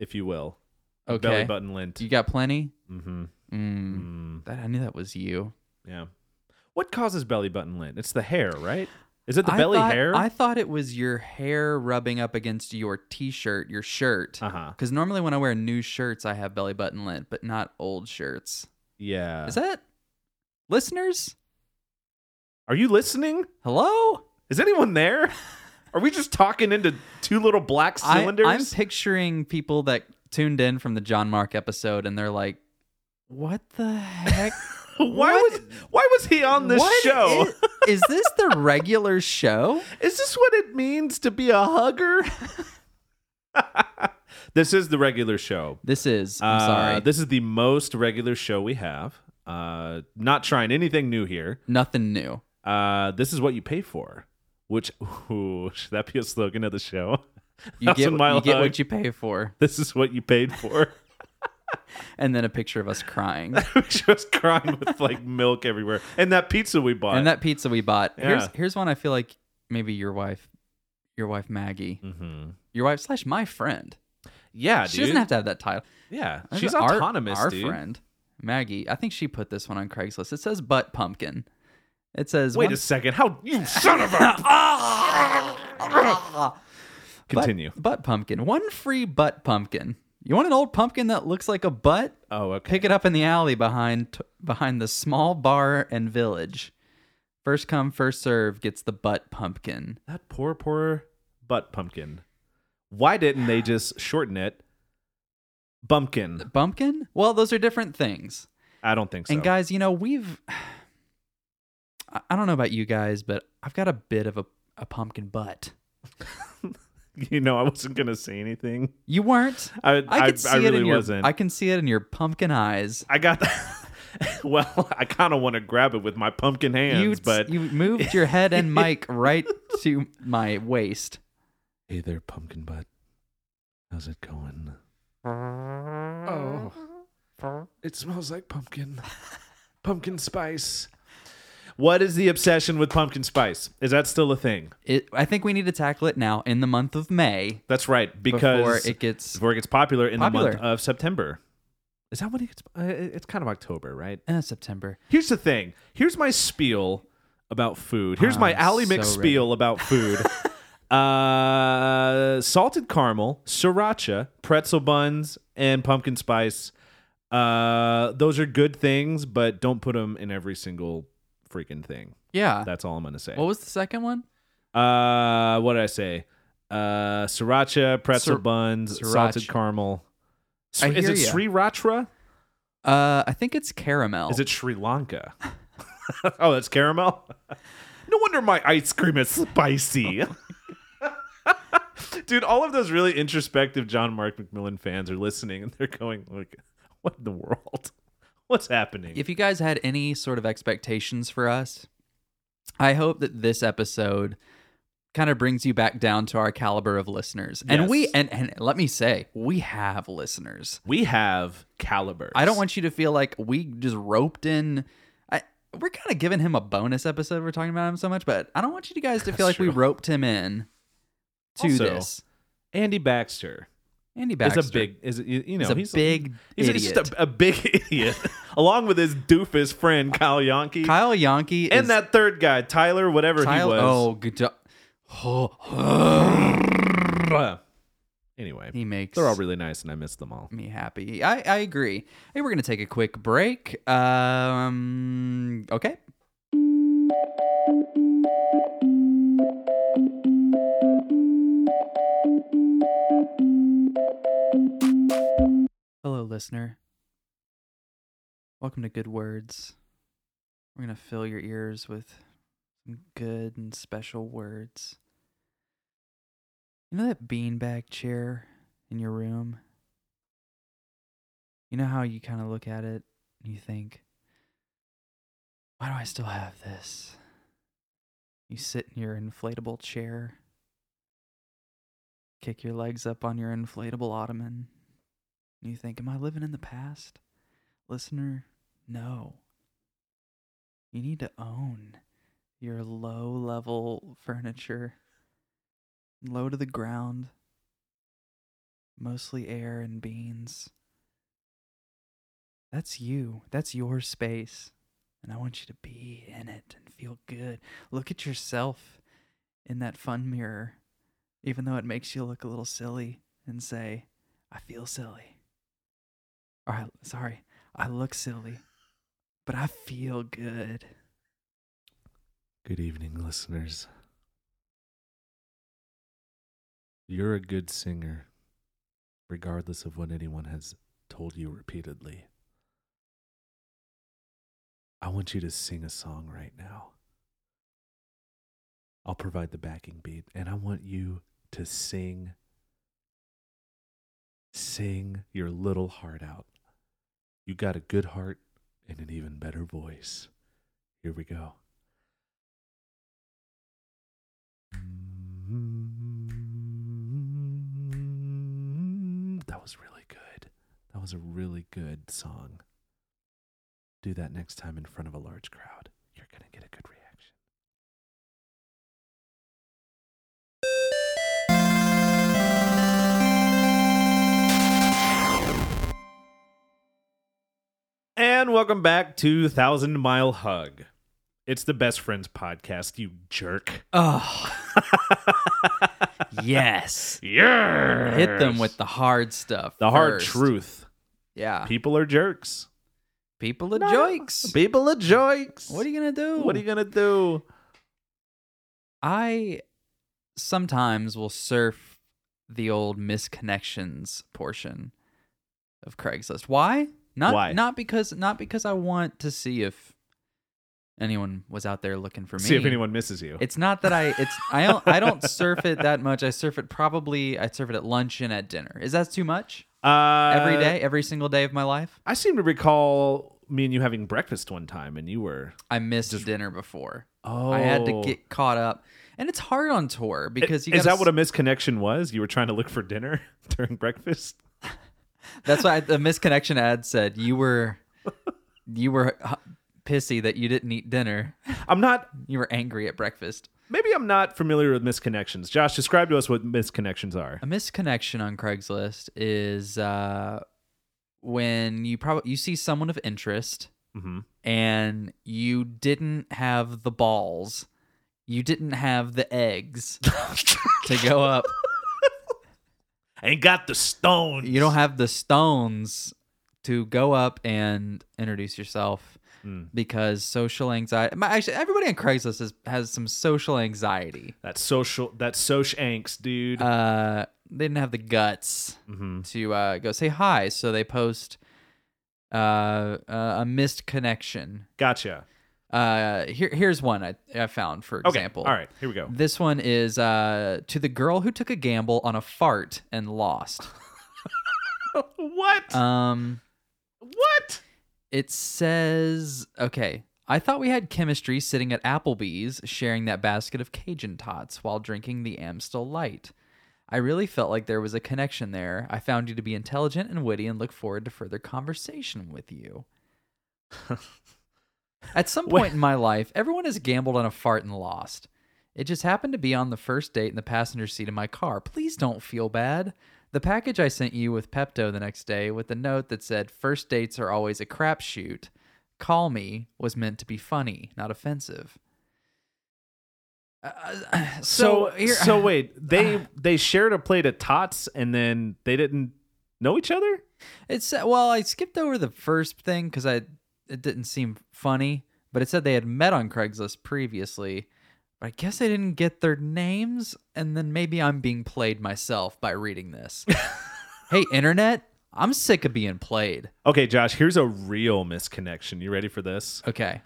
Speaker 1: if you will.
Speaker 2: Okay.
Speaker 1: Of Belly button lint.
Speaker 2: You got plenty?
Speaker 1: Mm-hmm.
Speaker 2: Mm,
Speaker 1: Mm,
Speaker 2: that, I knew that was you.
Speaker 1: yeah. What causes belly button lint? It's the hair, right? Is it the
Speaker 2: I
Speaker 1: belly
Speaker 2: thought-
Speaker 1: hair?
Speaker 2: I thought it was your hair rubbing up against your t-shirt, your shirt.
Speaker 1: Uh huh.
Speaker 2: Because normally when I wear new shirts, I have belly button lint, but not old shirts.
Speaker 1: Yeah.
Speaker 2: Is that listeners?
Speaker 1: Are you listening?
Speaker 2: Hello?
Speaker 1: Is anyone
Speaker 2: <laughs>
Speaker 1: there? Are we just talking into two little black
Speaker 2: I,
Speaker 1: cylinders?
Speaker 2: I'm picturing people that tuned in from the John Mark episode, and they're like, "What the heck
Speaker 1: <laughs> why
Speaker 2: What?
Speaker 1: was why was he on this
Speaker 2: What
Speaker 1: show?
Speaker 2: i- Is, this the regular show?
Speaker 1: Is this what it means to be a hugger? <laughs> this is the regular show.
Speaker 2: This is. I'm sorry.
Speaker 1: Uh, this is the most regular show we have. Uh, not trying anything new here.
Speaker 2: Nothing new.
Speaker 1: Uh, this is what you pay for. Which ooh, <laughs> should that be a slogan of the show? <laughs>
Speaker 2: You
Speaker 1: Thousand
Speaker 2: get,
Speaker 1: mile
Speaker 2: you get
Speaker 1: hug.
Speaker 2: what you pay for,
Speaker 1: This is what you paid for. <laughs>
Speaker 2: and then a picture of us crying.
Speaker 1: she was crying with like milk everywhere, and that pizza we bought.
Speaker 2: and that pizza we bought. Here's
Speaker 1: Yeah.
Speaker 2: here's one I feel like maybe your wife, your wife Maggie,
Speaker 1: hmm
Speaker 2: your wife slash my friend.
Speaker 1: Yeah,
Speaker 2: she
Speaker 1: dude.
Speaker 2: doesn't have to have that title.
Speaker 1: yeah,
Speaker 2: That's
Speaker 1: she's
Speaker 2: our,
Speaker 1: autonomous,
Speaker 2: Our
Speaker 1: dude.
Speaker 2: friend Maggie. I think she put this one on Craigslist. It says butt pumpkin. It says
Speaker 1: Wait
Speaker 2: one- <laughs>
Speaker 1: a second. How you son of a
Speaker 2: <laughs>
Speaker 1: Continue.
Speaker 2: Butt, butt pumpkin. One free butt pumpkin. You want an old pumpkin that looks like a butt?
Speaker 1: Oh, okay.
Speaker 2: Pick it up in the alley behind t- behind the small bar and village. First come, first serve gets the butt pumpkin.
Speaker 1: That poor, poor butt pumpkin. Why didn't they just shorten it? Bumpkin.
Speaker 2: Bumpkin? Well, those are different things.
Speaker 1: I don't think so.
Speaker 2: And guys, you know, we've <sighs> I- I don't know about you guys, but I've got a bit of a, a pumpkin butt.
Speaker 1: <laughs> you know, I wasn't gonna say anything.
Speaker 2: You weren't?
Speaker 1: I,
Speaker 2: I
Speaker 1: I,
Speaker 2: could see
Speaker 1: I
Speaker 2: it
Speaker 1: really
Speaker 2: in your,
Speaker 1: wasn't.
Speaker 2: I can see it in your pumpkin eyes.
Speaker 1: I got. <laughs> well, I kind of want to grab it with my pumpkin hands,
Speaker 2: you,
Speaker 1: but
Speaker 2: you moved your
Speaker 1: <laughs>
Speaker 2: head and mic right to my waist.
Speaker 1: hey there, pumpkin butt. How's it going? Oh, it smells like pumpkin. pumpkin spice. What is the obsession with pumpkin spice? Is that still a thing?
Speaker 2: It, I think we need to tackle it now in the month of May
Speaker 1: That's right,
Speaker 2: before
Speaker 1: because
Speaker 2: it gets.
Speaker 1: before it gets popular in
Speaker 2: Popular.
Speaker 1: the month of September. Is that when it gets? Uh, it- it's kind of October, right?
Speaker 2: Uh, September.
Speaker 1: Here's the thing. Here's my spiel about food. Here's
Speaker 2: Oh,
Speaker 1: my
Speaker 2: I'm
Speaker 1: Ally
Speaker 2: so
Speaker 1: Mix spiel about <laughs> food. uh, salted caramel, sriracha, pretzel buns, and pumpkin spice. Uh, those are good things, but don't put them in every single freaking thing.
Speaker 2: Yeah.
Speaker 1: That's all I'm gonna say.
Speaker 2: What was the second one?
Speaker 1: Uh, what did I say? Uh, sriracha, pretzel
Speaker 2: Sir-
Speaker 1: buns,
Speaker 2: sriracha.
Speaker 1: salted caramel. S-
Speaker 2: I
Speaker 1: is
Speaker 2: hear
Speaker 1: it
Speaker 2: ya.
Speaker 1: sriracha?
Speaker 2: Uh, I think it's caramel.
Speaker 1: Is it Sri Lanka? <laughs> oh, that's caramel. <laughs> No wonder my ice cream is spicy. <laughs> Dude, all of those really introspective John Mark McMillan fans are listening and they're going like, "What in the world? <laughs> What's happening?"
Speaker 2: If you guys had any sort of expectations for us, I hope that this episode kind of brings you back down to our caliber of listeners. And we
Speaker 1: Yes.
Speaker 2: and, and let me say, we have listeners.
Speaker 1: we have calibers.
Speaker 2: I don't want you to feel like we just roped in I we're kind of giving him a bonus episode. We're talking about him so much, but I don't want you guys to feel like
Speaker 1: That's
Speaker 2: we
Speaker 1: true.
Speaker 2: roped him in to
Speaker 1: Also,
Speaker 2: this.
Speaker 1: Andy Baxter.
Speaker 2: Andy Baxter
Speaker 1: Is a big is you you know
Speaker 2: is a
Speaker 1: he's
Speaker 2: big
Speaker 1: He's,
Speaker 2: idiot.
Speaker 1: he's just a, a big <laughs> idiot, along with his doofus friend Kyle Yonke
Speaker 2: Kyle Yonke
Speaker 1: and
Speaker 2: is
Speaker 1: that third guy Tyler, whatever
Speaker 2: Kyle,
Speaker 1: he was.
Speaker 2: Oh, good. jo- Oh,
Speaker 1: Anyway,
Speaker 2: he makes
Speaker 1: they're all really nice, and I miss them all.
Speaker 2: me happy. I, I agree. Hey, we're gonna take a quick break. Um, okay. Hello, listener. Welcome to Good Words. We're gonna fill your ears with some good and special words. You know that beanbag chair in your room? You know how you kind of look at it and you think, why do I still have this? You sit in your inflatable chair, kick your legs up on your inflatable ottoman, and you think, am I living in the past? Listener, no. You need to own your low level furniture, low to the ground, mostly air and beans. That's you. That's your space. And I want you to be in it and feel good. Look at yourself in that fun mirror, even though it makes you look a little silly, and say, I feel silly. Or, I, sorry, I look silly, but I feel good.
Speaker 1: Good evening, listeners. You're a good singer, regardless of what anyone has told you repeatedly. I want you to sing a song right now. I'll provide the backing beat, and I want you to sing, sing your little heart out. You got a good heart and an even better voice. Here we go. That was really good. That was a really good song. Do that next time in front of a large crowd. You're going to get a good reaction. And welcome back to Thousand Mile Hug. It's the Best Friends podcast, you jerk. <laughs>
Speaker 2: Oh, yes.
Speaker 1: yeah.
Speaker 2: Hit them with the hard stuff.
Speaker 1: the hard
Speaker 2: first.
Speaker 1: truth.
Speaker 2: Yeah.
Speaker 1: People are jerks.
Speaker 2: People are
Speaker 1: No.
Speaker 2: jokes.
Speaker 1: People are jerks.
Speaker 2: What are you going to do?
Speaker 1: What are you gonna do?
Speaker 2: I sometimes will surf the old misconnections portion of Craigslist. Why? Not
Speaker 1: Why?
Speaker 2: not because not because I want to see if anyone was out there looking for me.
Speaker 1: See if anyone misses you.
Speaker 2: It's not that I it's I don't I
Speaker 1: <laughs>
Speaker 2: don't surf it that much. I surf it probably I surf it at lunch and at dinner. Is that too much?
Speaker 1: Uh,
Speaker 2: Every day, every single day of my life?
Speaker 1: I seem to recall me and you having breakfast one time, and you were
Speaker 2: I missed dinner before.
Speaker 1: oh,
Speaker 2: I had to get caught up. And it's hard on tour because you
Speaker 1: is
Speaker 2: gotta
Speaker 1: that what a misconnection was? You were trying to look for dinner <laughs> during breakfast.
Speaker 2: That's why the misconnection ad said you were you were h- pissy that you didn't eat dinner.
Speaker 1: I'm not.
Speaker 2: You were angry at breakfast.
Speaker 1: Maybe I'm not familiar with misconnections. Josh, describe to us what misconnections are.
Speaker 2: A misconnection on Craigslist is uh, when you probably you see someone of interest
Speaker 1: hmm
Speaker 2: and you didn't have the balls, you didn't have the eggs to go up.
Speaker 1: Ain't got the stone.
Speaker 2: You don't have the stones to go up and introduce yourself.
Speaker 1: Mm.
Speaker 2: because social anxiety. my- Actually, everybody on Craigslist has, has some social anxiety.
Speaker 1: That social. That social angst, dude.
Speaker 2: Uh, they didn't have the guts
Speaker 1: hmm
Speaker 2: to uh, go say hi, so they post uh, uh, a missed connection.
Speaker 1: Gotcha.
Speaker 2: Uh, here, here's one I, I found, for
Speaker 1: Okay.
Speaker 2: example.
Speaker 1: All right. Here we go.
Speaker 2: This one is uh, to the girl who took a gamble on a fart
Speaker 1: <laughs>
Speaker 2: and lost.
Speaker 1: what?
Speaker 2: Um,
Speaker 1: what?
Speaker 2: It says, okay, I thought we had chemistry sitting at Applebee's sharing that basket of Cajun tots while drinking the Amstel Light. I really felt like there was a connection there. I found you to be intelligent and witty and look forward to further conversation with you. at some point in my life, everyone has gambled on a fart and lost. It just happened to be on the first date in the passenger seat of my car. Please don't feel bad. The package I sent you with Pepto the next day with a note that said, First dates are always a crapshoot. Call me was meant to be funny, not offensive. Uh,
Speaker 1: So
Speaker 2: so, here,
Speaker 1: so
Speaker 2: <laughs>
Speaker 1: wait, they they shared a plate of tots and then they didn't know each other?
Speaker 2: It said, well, I skipped over the first thing because I it didn't seem funny, but it said they had met on Craigslist previously. But I guess I didn't get their names, and then maybe I'm being played myself by reading this. hey, internet, I'm sick of being played.
Speaker 1: Okay, Josh, here's a real misconnection. You ready for this?
Speaker 2: Okay,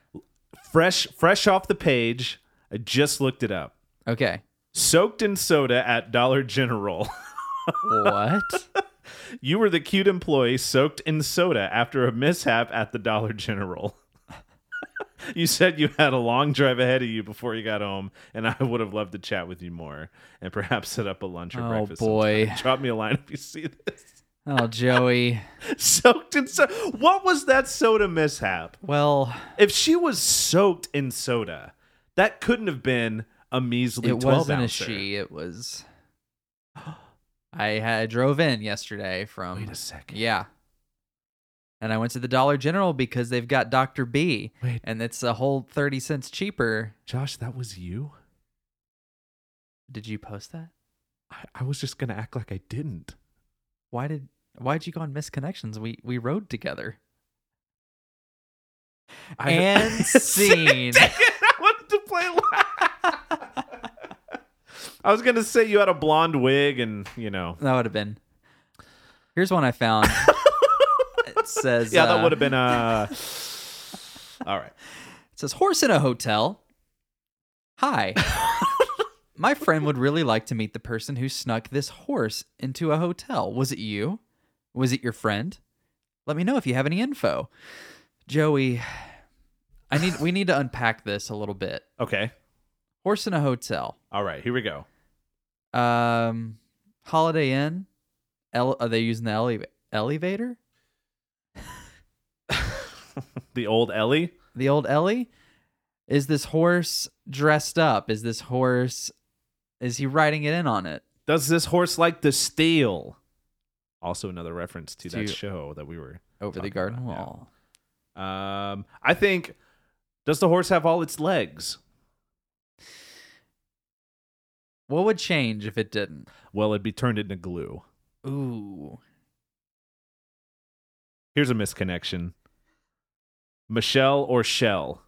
Speaker 1: Fresh fresh off the page. I just looked it up.
Speaker 2: okay,
Speaker 1: Soaked in soda at Dollar General. <laughs>
Speaker 2: what?
Speaker 1: you were the cute employee soaked in soda after a mishap at the Dollar General. <laughs> you said you had a long drive ahead of you before you got home, and I would have loved to chat with you more and perhaps set up a lunch or
Speaker 2: Oh,
Speaker 1: breakfast.
Speaker 2: boy.
Speaker 1: sometime. Drop me a line if you see this. <laughs>
Speaker 2: Oh, Joey.
Speaker 1: soaked in soda. What was that soda mishap?
Speaker 2: Well,
Speaker 1: If she was soaked in soda, that couldn't have been a measly
Speaker 2: it
Speaker 1: 12
Speaker 2: wasn't a
Speaker 1: ouncer.
Speaker 2: she.
Speaker 1: <gasps>
Speaker 2: It was. I had drove in yesterday from
Speaker 1: Wait a second.
Speaker 2: um, Yeah. And I went to the Dollar General because they've got Dr. B.
Speaker 1: Wait.
Speaker 2: And it's a whole 30 cents cheaper.
Speaker 1: Josh, that was you?
Speaker 2: Did you post that?
Speaker 1: I, I was just going to act like I didn't.
Speaker 2: Why did why'd you go on misconnections? We we rode together.
Speaker 1: I, <laughs>
Speaker 2: and <laughs> scene.
Speaker 1: Dang it, I wanted to play loud. <laughs> I was going to say you had a blonde wig and, you know.
Speaker 2: That would have been.
Speaker 1: <laughs>
Speaker 2: Here's one I found. it says
Speaker 1: Yeah,
Speaker 2: uh, <laughs>
Speaker 1: that would have been uh All right.
Speaker 2: It says horse in a hotel. Hi. My friend would really like to meet the person who snuck this horse into a hotel. Was it you? Was it your friend? Let me know if you have any info. Joey, I need we need to unpack this a little bit.
Speaker 1: Okay.
Speaker 2: Horse in a hotel.
Speaker 1: All right. Here we go.
Speaker 2: Um Holiday Inn. Ele- are they using the ele- elevator?
Speaker 1: The old Ellie.
Speaker 2: the old Ellie? Is this horse dressed up? Is this horse is he riding it in on it?
Speaker 1: Does this horse like to steal? Also, another reference to that
Speaker 2: To-
Speaker 1: show that we were.
Speaker 2: Over the
Speaker 1: Talking
Speaker 2: garden
Speaker 1: about, Oh, yeah.
Speaker 2: wall.
Speaker 1: Um, I think. Does the horse have all its legs?
Speaker 2: What would change if it didn't?
Speaker 1: Well, it'd be turned into glue.
Speaker 2: Ooh.
Speaker 1: Here's a misconnection. Michelle or Shell.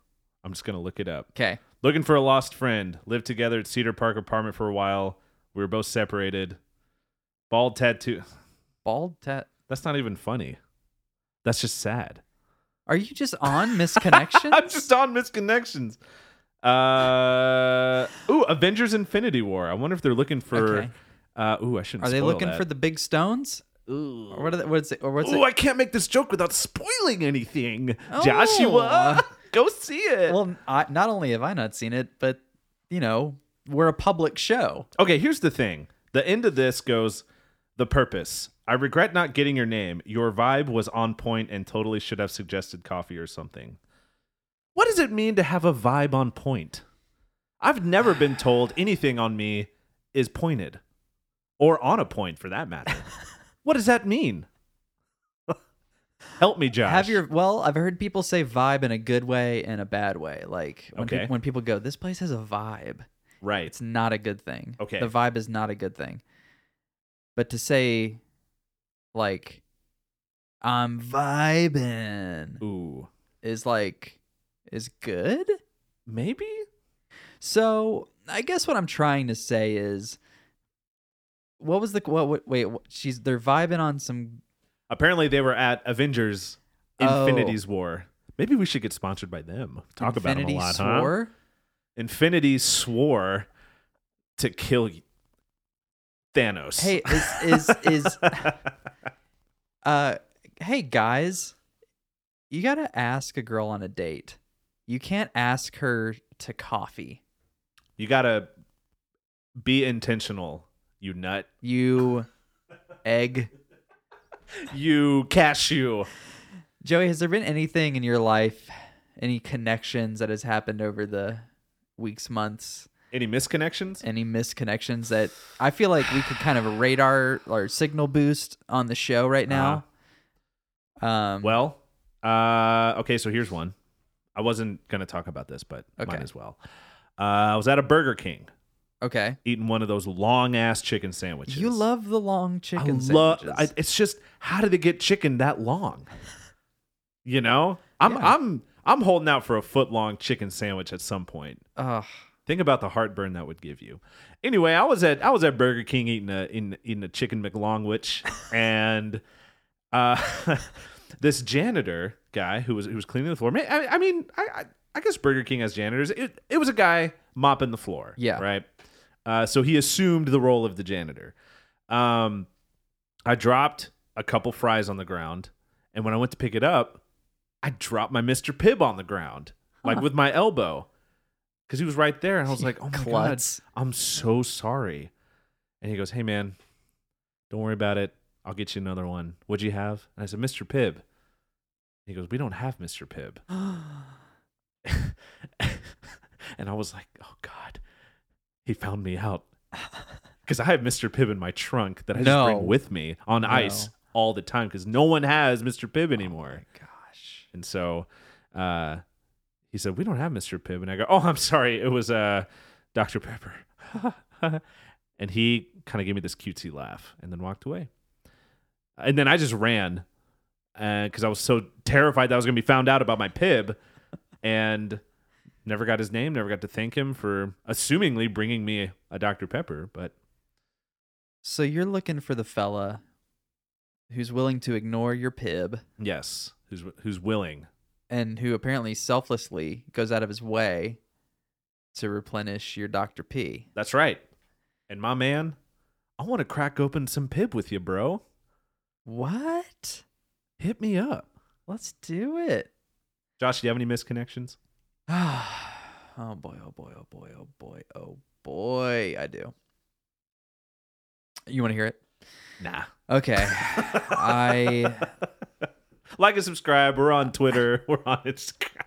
Speaker 1: I'm just gonna look it up.
Speaker 2: Okay.
Speaker 1: Looking for a lost friend. Lived together at Cedar Park apartment for a while. We were both separated. Bald tattoo.
Speaker 2: Bald tat
Speaker 1: That's not even funny. That's just sad. <laughs>
Speaker 2: Are you just on misconnections?
Speaker 1: I'm just on misconnections. Uh, ooh, Avengers Infinity War. I wonder if they're looking for.
Speaker 2: Okay.
Speaker 1: Uh, ooh, I shouldn't.
Speaker 2: Are they
Speaker 1: spoil
Speaker 2: looking
Speaker 1: that.
Speaker 2: for the big stones?
Speaker 1: Ooh.
Speaker 2: Or what are they, what's it or what's
Speaker 1: Ooh,
Speaker 2: it?
Speaker 1: I can't make this joke without spoiling anything. Joshua, <laughs> go see it.
Speaker 2: Well, I, not only have I not seen it, but you know, we're a public show.
Speaker 1: okay, here's the thing. The end of this goes the purpose. I regret not getting your name. Your vibe was on point and totally should have suggested coffee or something. What does it mean to have a vibe on point? I've never <sighs> been told anything on me is pointed or on a point for that <laughs> matter. what does that mean? <laughs> Help me, Josh.
Speaker 2: Have your well, I've heard people say vibe in a good way and a bad way. Like when, peop-
Speaker 1: Okay.
Speaker 2: when people go, this place has a vibe.
Speaker 1: right.
Speaker 2: It's not a good thing.
Speaker 1: Okay.
Speaker 2: The vibe is not a good thing. But to say, like, I'm vibing
Speaker 1: Ooh.
Speaker 2: is like, is good.
Speaker 1: Maybe?
Speaker 2: So I guess what I'm trying to say is, what was the what? what wait, what, she's they're vibing on some.
Speaker 1: Apparently they were at Avengers
Speaker 2: Oh.
Speaker 1: Infinity's War. Maybe we should get sponsored by them. Talk about them
Speaker 2: Infinity
Speaker 1: a lot, huh?
Speaker 2: Swore?
Speaker 1: Infinity swore to kill y- Thanos.
Speaker 2: Hey, is
Speaker 1: <laughs>
Speaker 2: is is uh hey guys, you got to ask a girl on a date. You can't ask her to coffee.
Speaker 1: you gotta be intentional, you nut,
Speaker 2: You egg.
Speaker 1: you cashew.
Speaker 2: Joey, has there been anything in your life, any connections that has happened over the weeks, months,
Speaker 1: Any misconnections?
Speaker 2: any misconnections that I feel like we could kind of radar or signal boost on the show right now? Um
Speaker 1: Uh-huh. Well, uh, okay, so here's one. I wasn't gonna talk about this, but
Speaker 2: Okay.
Speaker 1: might as well. Uh, I was at a Burger King
Speaker 2: okay.
Speaker 1: eating one of those long ass chicken sandwiches.
Speaker 2: You love the long
Speaker 1: I
Speaker 2: chicken
Speaker 1: love.
Speaker 2: sandwiches.
Speaker 1: I- It's just how did they get chicken that long? You know, I'm
Speaker 2: Yeah.
Speaker 1: I'm I'm holding out for a foot long chicken sandwich at some point.
Speaker 2: Ugh.
Speaker 1: Think about the heartburn that would give you. Anyway, I was at I was at Burger King eating a in eating a chicken
Speaker 2: <laughs>
Speaker 1: McLongwich, and uh, <laughs> this janitor guy who was who was cleaning the floor. man, I, I mean, I, I I guess Burger King has janitors. It it was a guy mopping the floor.
Speaker 2: Yeah.
Speaker 1: right. Uh, so he assumed the role of the janitor. Um, I dropped a couple fries on the ground, and when I went to pick it up, I dropped my Mr. Pibb on the ground, like with my elbow, because he was right there, and I
Speaker 2: <laughs>
Speaker 1: was like, "Oh my
Speaker 2: Klutz.
Speaker 1: <gasps> god, I'm so sorry." And he goes, "Hey man, don't worry about it. I'll get you another one. What'd you have?" And I said, "Mr. Pibb." He goes, "We don't have Mr. Pibb." Oh <laughs> and I was like, "Oh God, he found me out." Because I have Mr. Pibb in my trunk that I just
Speaker 2: No.
Speaker 1: bring with me on ice
Speaker 2: No.
Speaker 1: all the time because no one has Mr. Pibb anymore.
Speaker 2: Gosh.
Speaker 1: and so uh, he said, "We don't have Mr. Pibb." And I go, "Oh, I'm sorry. It was uh, Dr. Pepper." <laughs> and he kind of gave me this cutesy laugh and then walked away. And then I just ran because I was so terrified that I was going to be found out about my Pib, and never got his name. Never got to thank him for assumingly bringing me a Dr. Pepper. But
Speaker 2: So you're looking for the fella who's willing to ignore your pib
Speaker 1: yes, who's who's willing
Speaker 2: and who apparently selflessly goes out of his way to replenish your Dr. P.
Speaker 1: That's right. And my man, I want to crack open some pib with you, bro.
Speaker 2: What?
Speaker 1: Hit me up.
Speaker 2: Let's do it. <sighs>
Speaker 1: Josh, do you have any misconnections?
Speaker 2: oh boy, oh boy, oh boy, oh boy, oh boy. I do. You want to hear it?
Speaker 1: Nah. <laughs>
Speaker 2: Okay. I
Speaker 1: Like and subscribe. We're on Twitter. <laughs> We're on Instagram.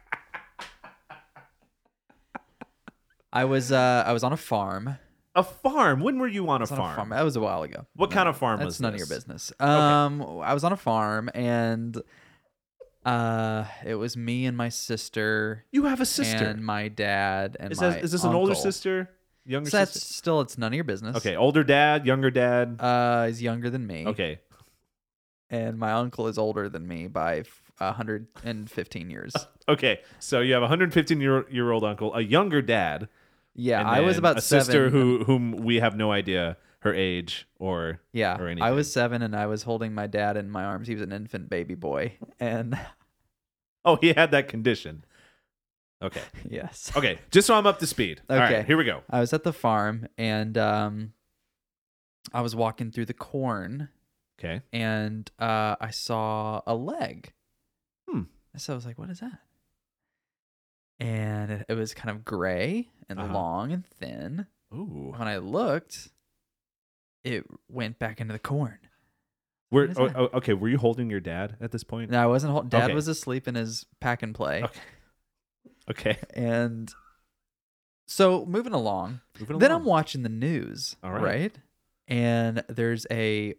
Speaker 2: I was uh I was on a farm.
Speaker 1: A farm. When were you on a
Speaker 2: I was on
Speaker 1: farm?
Speaker 2: a farm. That was a while ago.
Speaker 1: What kind of farm
Speaker 2: That's
Speaker 1: was
Speaker 2: none
Speaker 1: this?
Speaker 2: of your business. Um, I was on a farm and uh, it was me and my sister,
Speaker 1: You have a sister.
Speaker 2: and my dad and
Speaker 1: is,
Speaker 2: my
Speaker 1: that, is this an older
Speaker 2: uncle.
Speaker 1: sister? Younger
Speaker 2: So that's
Speaker 1: sister?
Speaker 2: still it's none of your business.
Speaker 1: Okay, older dad, younger dad.
Speaker 2: Uh, he's younger than me.
Speaker 1: okay.
Speaker 2: And my uncle is older than me by f-
Speaker 1: <laughs>
Speaker 2: 115 years.
Speaker 1: Okay. So you have a 115 year, year old uncle, a younger dad.
Speaker 2: Yeah,
Speaker 1: and
Speaker 2: I was
Speaker 1: then
Speaker 2: about
Speaker 1: a
Speaker 2: seven.
Speaker 1: sister who whom we have no idea her age or
Speaker 2: yeah,
Speaker 1: or
Speaker 2: I was seven and I was holding my dad in my arms. He was an infant baby boy. And <laughs>
Speaker 1: Oh, he had that condition. Okay.
Speaker 2: yes.
Speaker 1: Okay. Just so I'm up to speed. All right,
Speaker 2: Okay.
Speaker 1: here we go.
Speaker 2: I was at the farm and um, I was walking through the corn
Speaker 1: Okay.
Speaker 2: and uh, I saw a leg.
Speaker 1: Hmm.
Speaker 2: So I was like, what is that? And it, it was kind of gray and
Speaker 1: Uh-huh.
Speaker 2: long and thin.
Speaker 1: Ooh.
Speaker 2: When I looked, it went back into the corn.
Speaker 1: Were,
Speaker 2: What is
Speaker 1: oh,
Speaker 2: that?
Speaker 1: oh, okay. Were you holding your dad at this point?
Speaker 2: And I wasn't holding, dad
Speaker 1: Okay.
Speaker 2: was asleep in his pack and play.
Speaker 1: Okay.
Speaker 2: <laughs>
Speaker 1: Okay.
Speaker 2: And so moving along,
Speaker 1: Moving
Speaker 2: Then
Speaker 1: along.
Speaker 2: I'm watching the news,
Speaker 1: All right.
Speaker 2: right. And there's a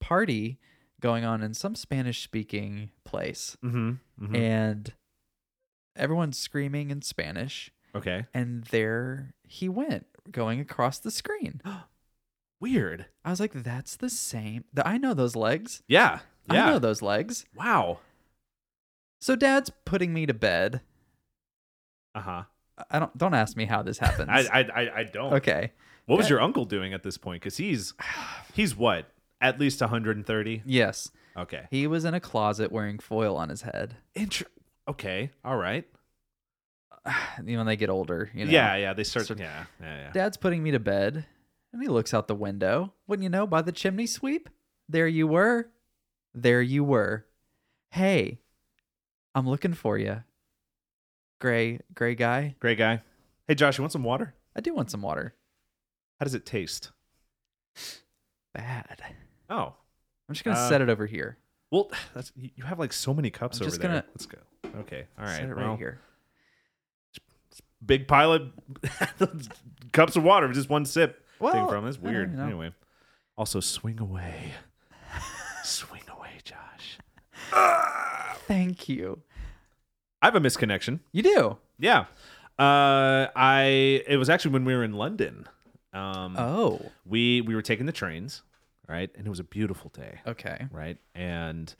Speaker 2: party going on in some Spanish speaking place,
Speaker 1: Mm-hmm. hmm
Speaker 2: and everyone's screaming in Spanish.
Speaker 1: Okay.
Speaker 2: And there he went, going across the screen.
Speaker 1: Weird.
Speaker 2: I was like, "That's the same. th- I know those legs.
Speaker 1: Yeah. Yeah.
Speaker 2: I know those legs."
Speaker 1: Wow.
Speaker 2: So Dad's putting me to bed.
Speaker 1: Uh huh.
Speaker 2: I don't don't ask me how this happens.
Speaker 1: I, I I I don't.
Speaker 2: okay.
Speaker 1: What was
Speaker 2: That-
Speaker 1: your uncle doing at this point? Because he's he's what at least 130.
Speaker 2: Yes,
Speaker 1: Okay.
Speaker 2: he was in a closet wearing foil on his head.
Speaker 1: Inter- okay. All right.
Speaker 2: You know, when they get older, you know.
Speaker 1: yeah. Yeah. They start.
Speaker 2: sort of-
Speaker 1: yeah. Yeah. Yeah.
Speaker 2: Dad's putting me to bed, and he looks out the window. Wouldn't you know, by the chimney sweep, there you were. There you were. Hey, I'm looking for you. Gray, gray guy.
Speaker 1: Great guy. Hey Josh, you want some water?
Speaker 2: I do want some water.
Speaker 1: How does it taste?
Speaker 2: Bad.
Speaker 1: Oh.
Speaker 2: I'm just gonna
Speaker 1: Uh,
Speaker 2: set it over here.
Speaker 1: Well, <sighs> that's you you have like so many cups
Speaker 2: I'm
Speaker 1: over
Speaker 2: just
Speaker 1: there.
Speaker 2: gonna-
Speaker 1: Let's go. Okay. All right.
Speaker 2: set it right
Speaker 1: well,
Speaker 2: here.
Speaker 1: Big pile of <laughs> cups of water, just one sip. thing
Speaker 2: Well,
Speaker 1: from this
Speaker 2: I don't
Speaker 1: weird.
Speaker 2: know.
Speaker 1: Anyway, also swing away, <laughs> swing away, Josh.
Speaker 2: Thank you.
Speaker 1: I have a misconnection.
Speaker 2: You do.
Speaker 1: Yeah. Uh, I it was actually when we were in London. Um,
Speaker 2: Oh.
Speaker 1: we we were taking the trains, right? And it was a beautiful day,
Speaker 2: Okay.
Speaker 1: right? And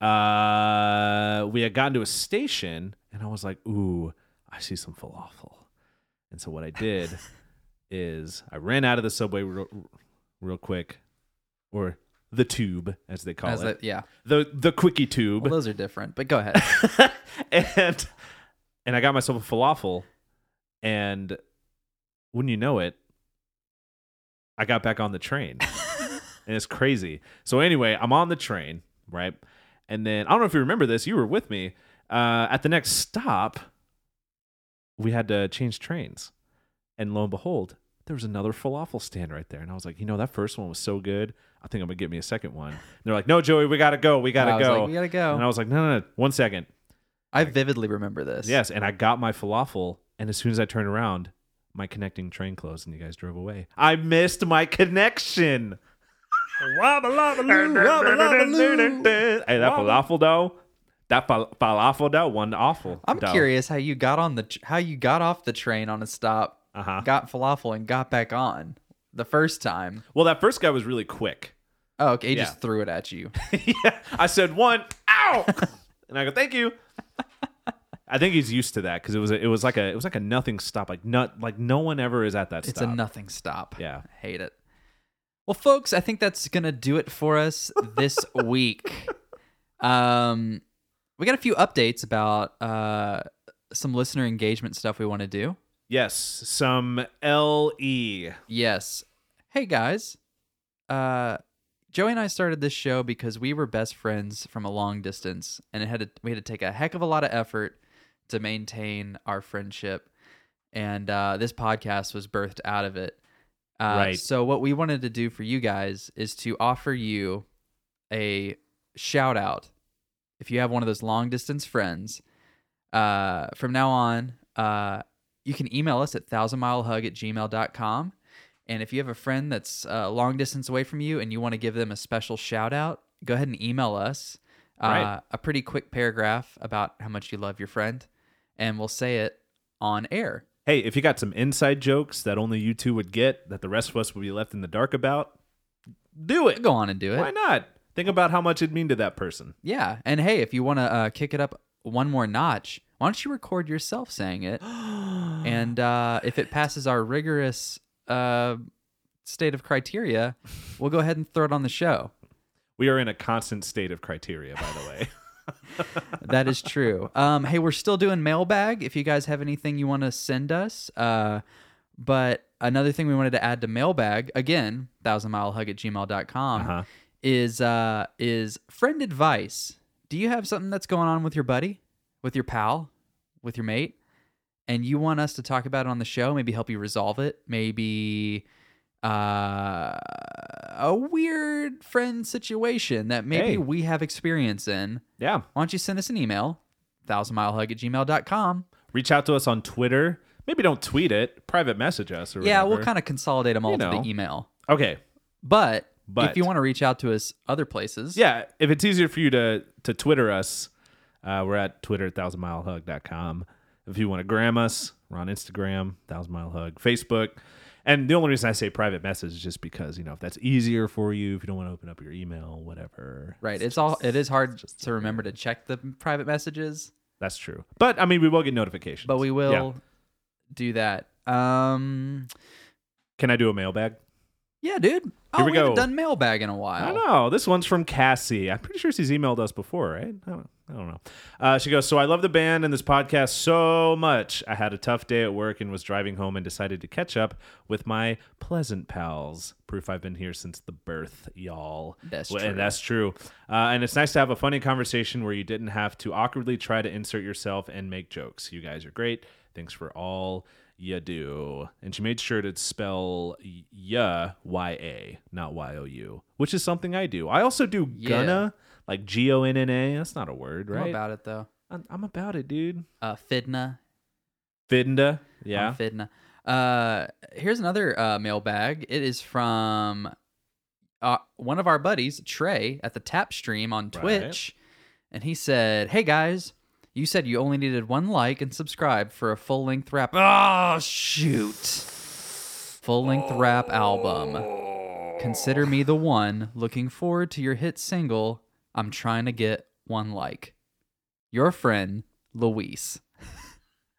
Speaker 1: uh, we had gotten to a station, and I was like, "Ooh, I see some falafel." And so what I did is I ran out of the subway real, real quick, or the tube as they call
Speaker 2: As
Speaker 1: it,
Speaker 2: that, yeah.
Speaker 1: the the quickie tube.
Speaker 2: Well, those are different. But go ahead.
Speaker 1: and and I got myself a falafel, and wouldn't you know it, I got back on the train,
Speaker 2: <laughs>
Speaker 1: and it's crazy. So anyway, I'm on the train, right? And then I don't know if you remember this. You were with me uh, at the next stop. We had to change trains, and lo and behold, there was another falafel stand right there. And I was like, you know, that first one was so good. I think I'm gonna get me a second one. And they're like, no, Joey, we gotta go. We <laughs> gotta
Speaker 2: I was
Speaker 1: go.
Speaker 2: like, we gotta go.
Speaker 1: And I was like, no, no, no, one second.
Speaker 2: I vividly remember this.
Speaker 1: Yes, and I got my falafel, and as soon as I turned around, my connecting train closed, and you guys drove away. I missed my connection. Wabba lobba loo, wabba lobba loo. Hey, that falafel dough, that fal- falafel dough, one awful.
Speaker 2: I'm
Speaker 1: dough.
Speaker 2: curious how you got on the tr- how you got off the train on a stop,
Speaker 1: Uh-huh.
Speaker 2: got falafel and got back on the first time.
Speaker 1: Well, that first guy was really quick. <laughs>
Speaker 2: Oh, okay, he
Speaker 1: Yeah.
Speaker 2: just threw it
Speaker 1: <laughs>
Speaker 2: at you.
Speaker 1: yeah, I said one,
Speaker 2: <laughs>
Speaker 1: ow, and I go, thank you. I think he's used to that because it was a, it was like a it was like a nothing stop, like not like no one ever is at that
Speaker 2: It's
Speaker 1: stop.
Speaker 2: a nothing stop.
Speaker 1: Yeah.
Speaker 2: I hate it. Well,
Speaker 1: <laughs>
Speaker 2: folks, I think that's gonna do it for us this week. Um, We got a few updates about uh, some listener engagement stuff we want to do.
Speaker 1: Yes, some E. LE.
Speaker 2: Yes. Hey guys. Uh Joey and I started this show because we were best friends from a long distance and it had to, we had to take a heck of a lot of effort to maintain our friendship and uh this podcast was birthed out of it. Uh,
Speaker 1: Right.
Speaker 2: so what we wanted to do for you guys is to offer you a shout out if you have one of those long distance friends uh, from now on uh, you can email us at thousandmilehug at gmail.com and if you have a friend that's uh, long distance away from you and you want to give them a special shout out go ahead and email us uh,
Speaker 1: Right.
Speaker 2: a pretty quick paragraph about how much you love your friend and we'll say it on air
Speaker 1: Hey, if you got some inside jokes that only you two would get, that the rest of us would be left in the dark about, do it.
Speaker 2: go on and do it
Speaker 1: Why not? Think about how much it'd mean to that person.
Speaker 2: yeah and hey if you want to uh, kick it up one more notch why don't you record yourself saying it and uh, if it passes our rigorous uh, state of criteria, we'll go ahead and throw it on the show.
Speaker 1: We are in a constant state of criteria, by the
Speaker 2: <laughs>
Speaker 1: way.
Speaker 2: That is true. Um, hey, we're still doing mailbag. If you guys have anything you want to send us, uh, but another thing we wanted to add to mailbag again, thousandmilehug at gmail.com
Speaker 1: Uh-huh.
Speaker 2: is uh, is friend advice. Do you have something that's going on with your buddy, with your pal, with your mate, and you want us to talk about it on the show? Maybe help you resolve it. Maybe uh, a weird friend situation that maybe
Speaker 1: Hey.
Speaker 2: we have experience in
Speaker 1: yeah.
Speaker 2: why don't you send us an email thousandmilehug at gmail.com
Speaker 1: Reach out to us on Twitter. Maybe don't tweet it. Private message us or
Speaker 2: yeah we'll
Speaker 1: whatever.
Speaker 2: kind of consolidate them all
Speaker 1: You
Speaker 2: to
Speaker 1: know.
Speaker 2: the email
Speaker 1: Okay.
Speaker 2: but,
Speaker 1: But-
Speaker 2: if you want to reach out to us other places
Speaker 1: Yeah. If it's easier for you to to Twitter us, uh, we're at Twitter thousandmilehug.com. If you want to gram us, we're on Instagram, thousand mile hug, Facebook. And the only reason I say private message is just because, you know, if that's easier for you, if you don't want to open up your email, whatever.
Speaker 2: right it's, all it is hard to remember to check the private messages
Speaker 1: That's true. But I mean we will get notifications.
Speaker 2: but we will
Speaker 1: Yeah.
Speaker 2: do that um
Speaker 1: Can I do a mailbag?
Speaker 2: yeah dude oh
Speaker 1: Here we
Speaker 2: haven't
Speaker 1: go.
Speaker 2: done mailbag in a while
Speaker 1: I don't know. This one's from Cassie. I'm pretty sure she's emailed us before, right? I don't, I don't know. Uh, she goes, So I love the band and this podcast so much. I had a tough day at work and was driving home and decided to catch up with my pleasant pals. Proof I've been here since the birth, y'all.
Speaker 2: That's
Speaker 1: Well,
Speaker 2: true.
Speaker 1: And that's true. Uh, and it's nice to have a funny conversation where you didn't have to awkwardly try to insert yourself and make jokes. You guys are great. Thanks for all you do. And she made sure to spell y- ya, Y A, not Y O U, which is something I do. I also do
Speaker 2: Yeah.
Speaker 1: gonna, like G O N N A. That's not a word,
Speaker 2: I'm
Speaker 1: right?
Speaker 2: about it though
Speaker 1: I'm, I'm about it, dude.
Speaker 2: uh fidna
Speaker 1: Finda.
Speaker 2: on
Speaker 1: Yeah.
Speaker 2: Fidna. Uh, here's another uh, mailbag. It is from uh, one of our buddies, Trey, at the Tap Stream on
Speaker 1: Right.
Speaker 2: Twitch, and he said, "Hey guys, you said you only needed one like and subscribe for a full length rap.
Speaker 1: Ah,
Speaker 2: Oh shoot, full length rap album. Consider me the one. Looking forward to your hit single. I'm trying to get one like. Your friend Luis."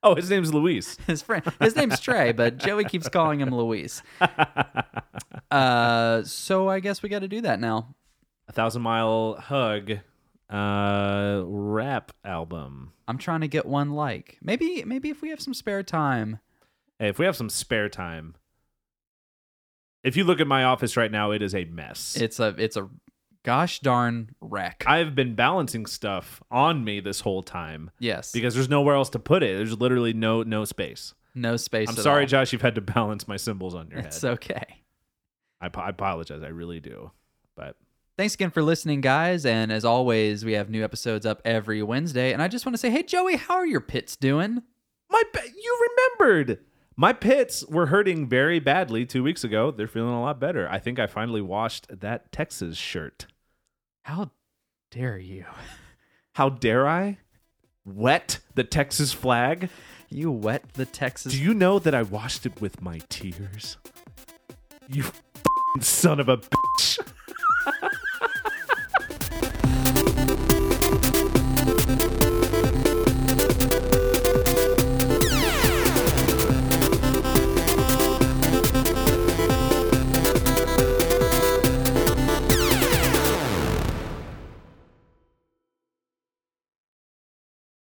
Speaker 1: Oh, his name's Luis.
Speaker 2: <laughs> his friend his name's trey but joey keeps calling
Speaker 1: <laughs>
Speaker 2: him luis uh so i guess we got to do that now
Speaker 1: A thousand mile hug uh rap album.
Speaker 2: i'm trying to get one like maybe maybe if we have some spare time
Speaker 1: Hey, if we have some spare time. If you look at my office right now, it is a mess.
Speaker 2: it's a it's a gosh darn wreck
Speaker 1: I've been balancing stuff on me this whole time
Speaker 2: yes
Speaker 1: because there's nowhere else to put it. There's literally no no space.
Speaker 2: no space
Speaker 1: I'm
Speaker 2: at
Speaker 1: sorry,
Speaker 2: all.
Speaker 1: Josh, you've had to <laughs> balance my symbols on your head.
Speaker 2: it's okay
Speaker 1: I, po- I apologize. I really do. But
Speaker 2: thanks again for listening guys and as always we have new episodes up every wednesday and i just want to say hey joey how are your pits doing
Speaker 1: my p- you remembered. My pits were hurting very badly 2 weeks ago. They're feeling a lot better. I think I finally washed that Texas shirt.
Speaker 2: how dare you <laughs>
Speaker 1: How dare I wet the Texas flag?
Speaker 2: you wet the texas
Speaker 1: Do you know that I washed it with my tears? You f***ing son of a bitch.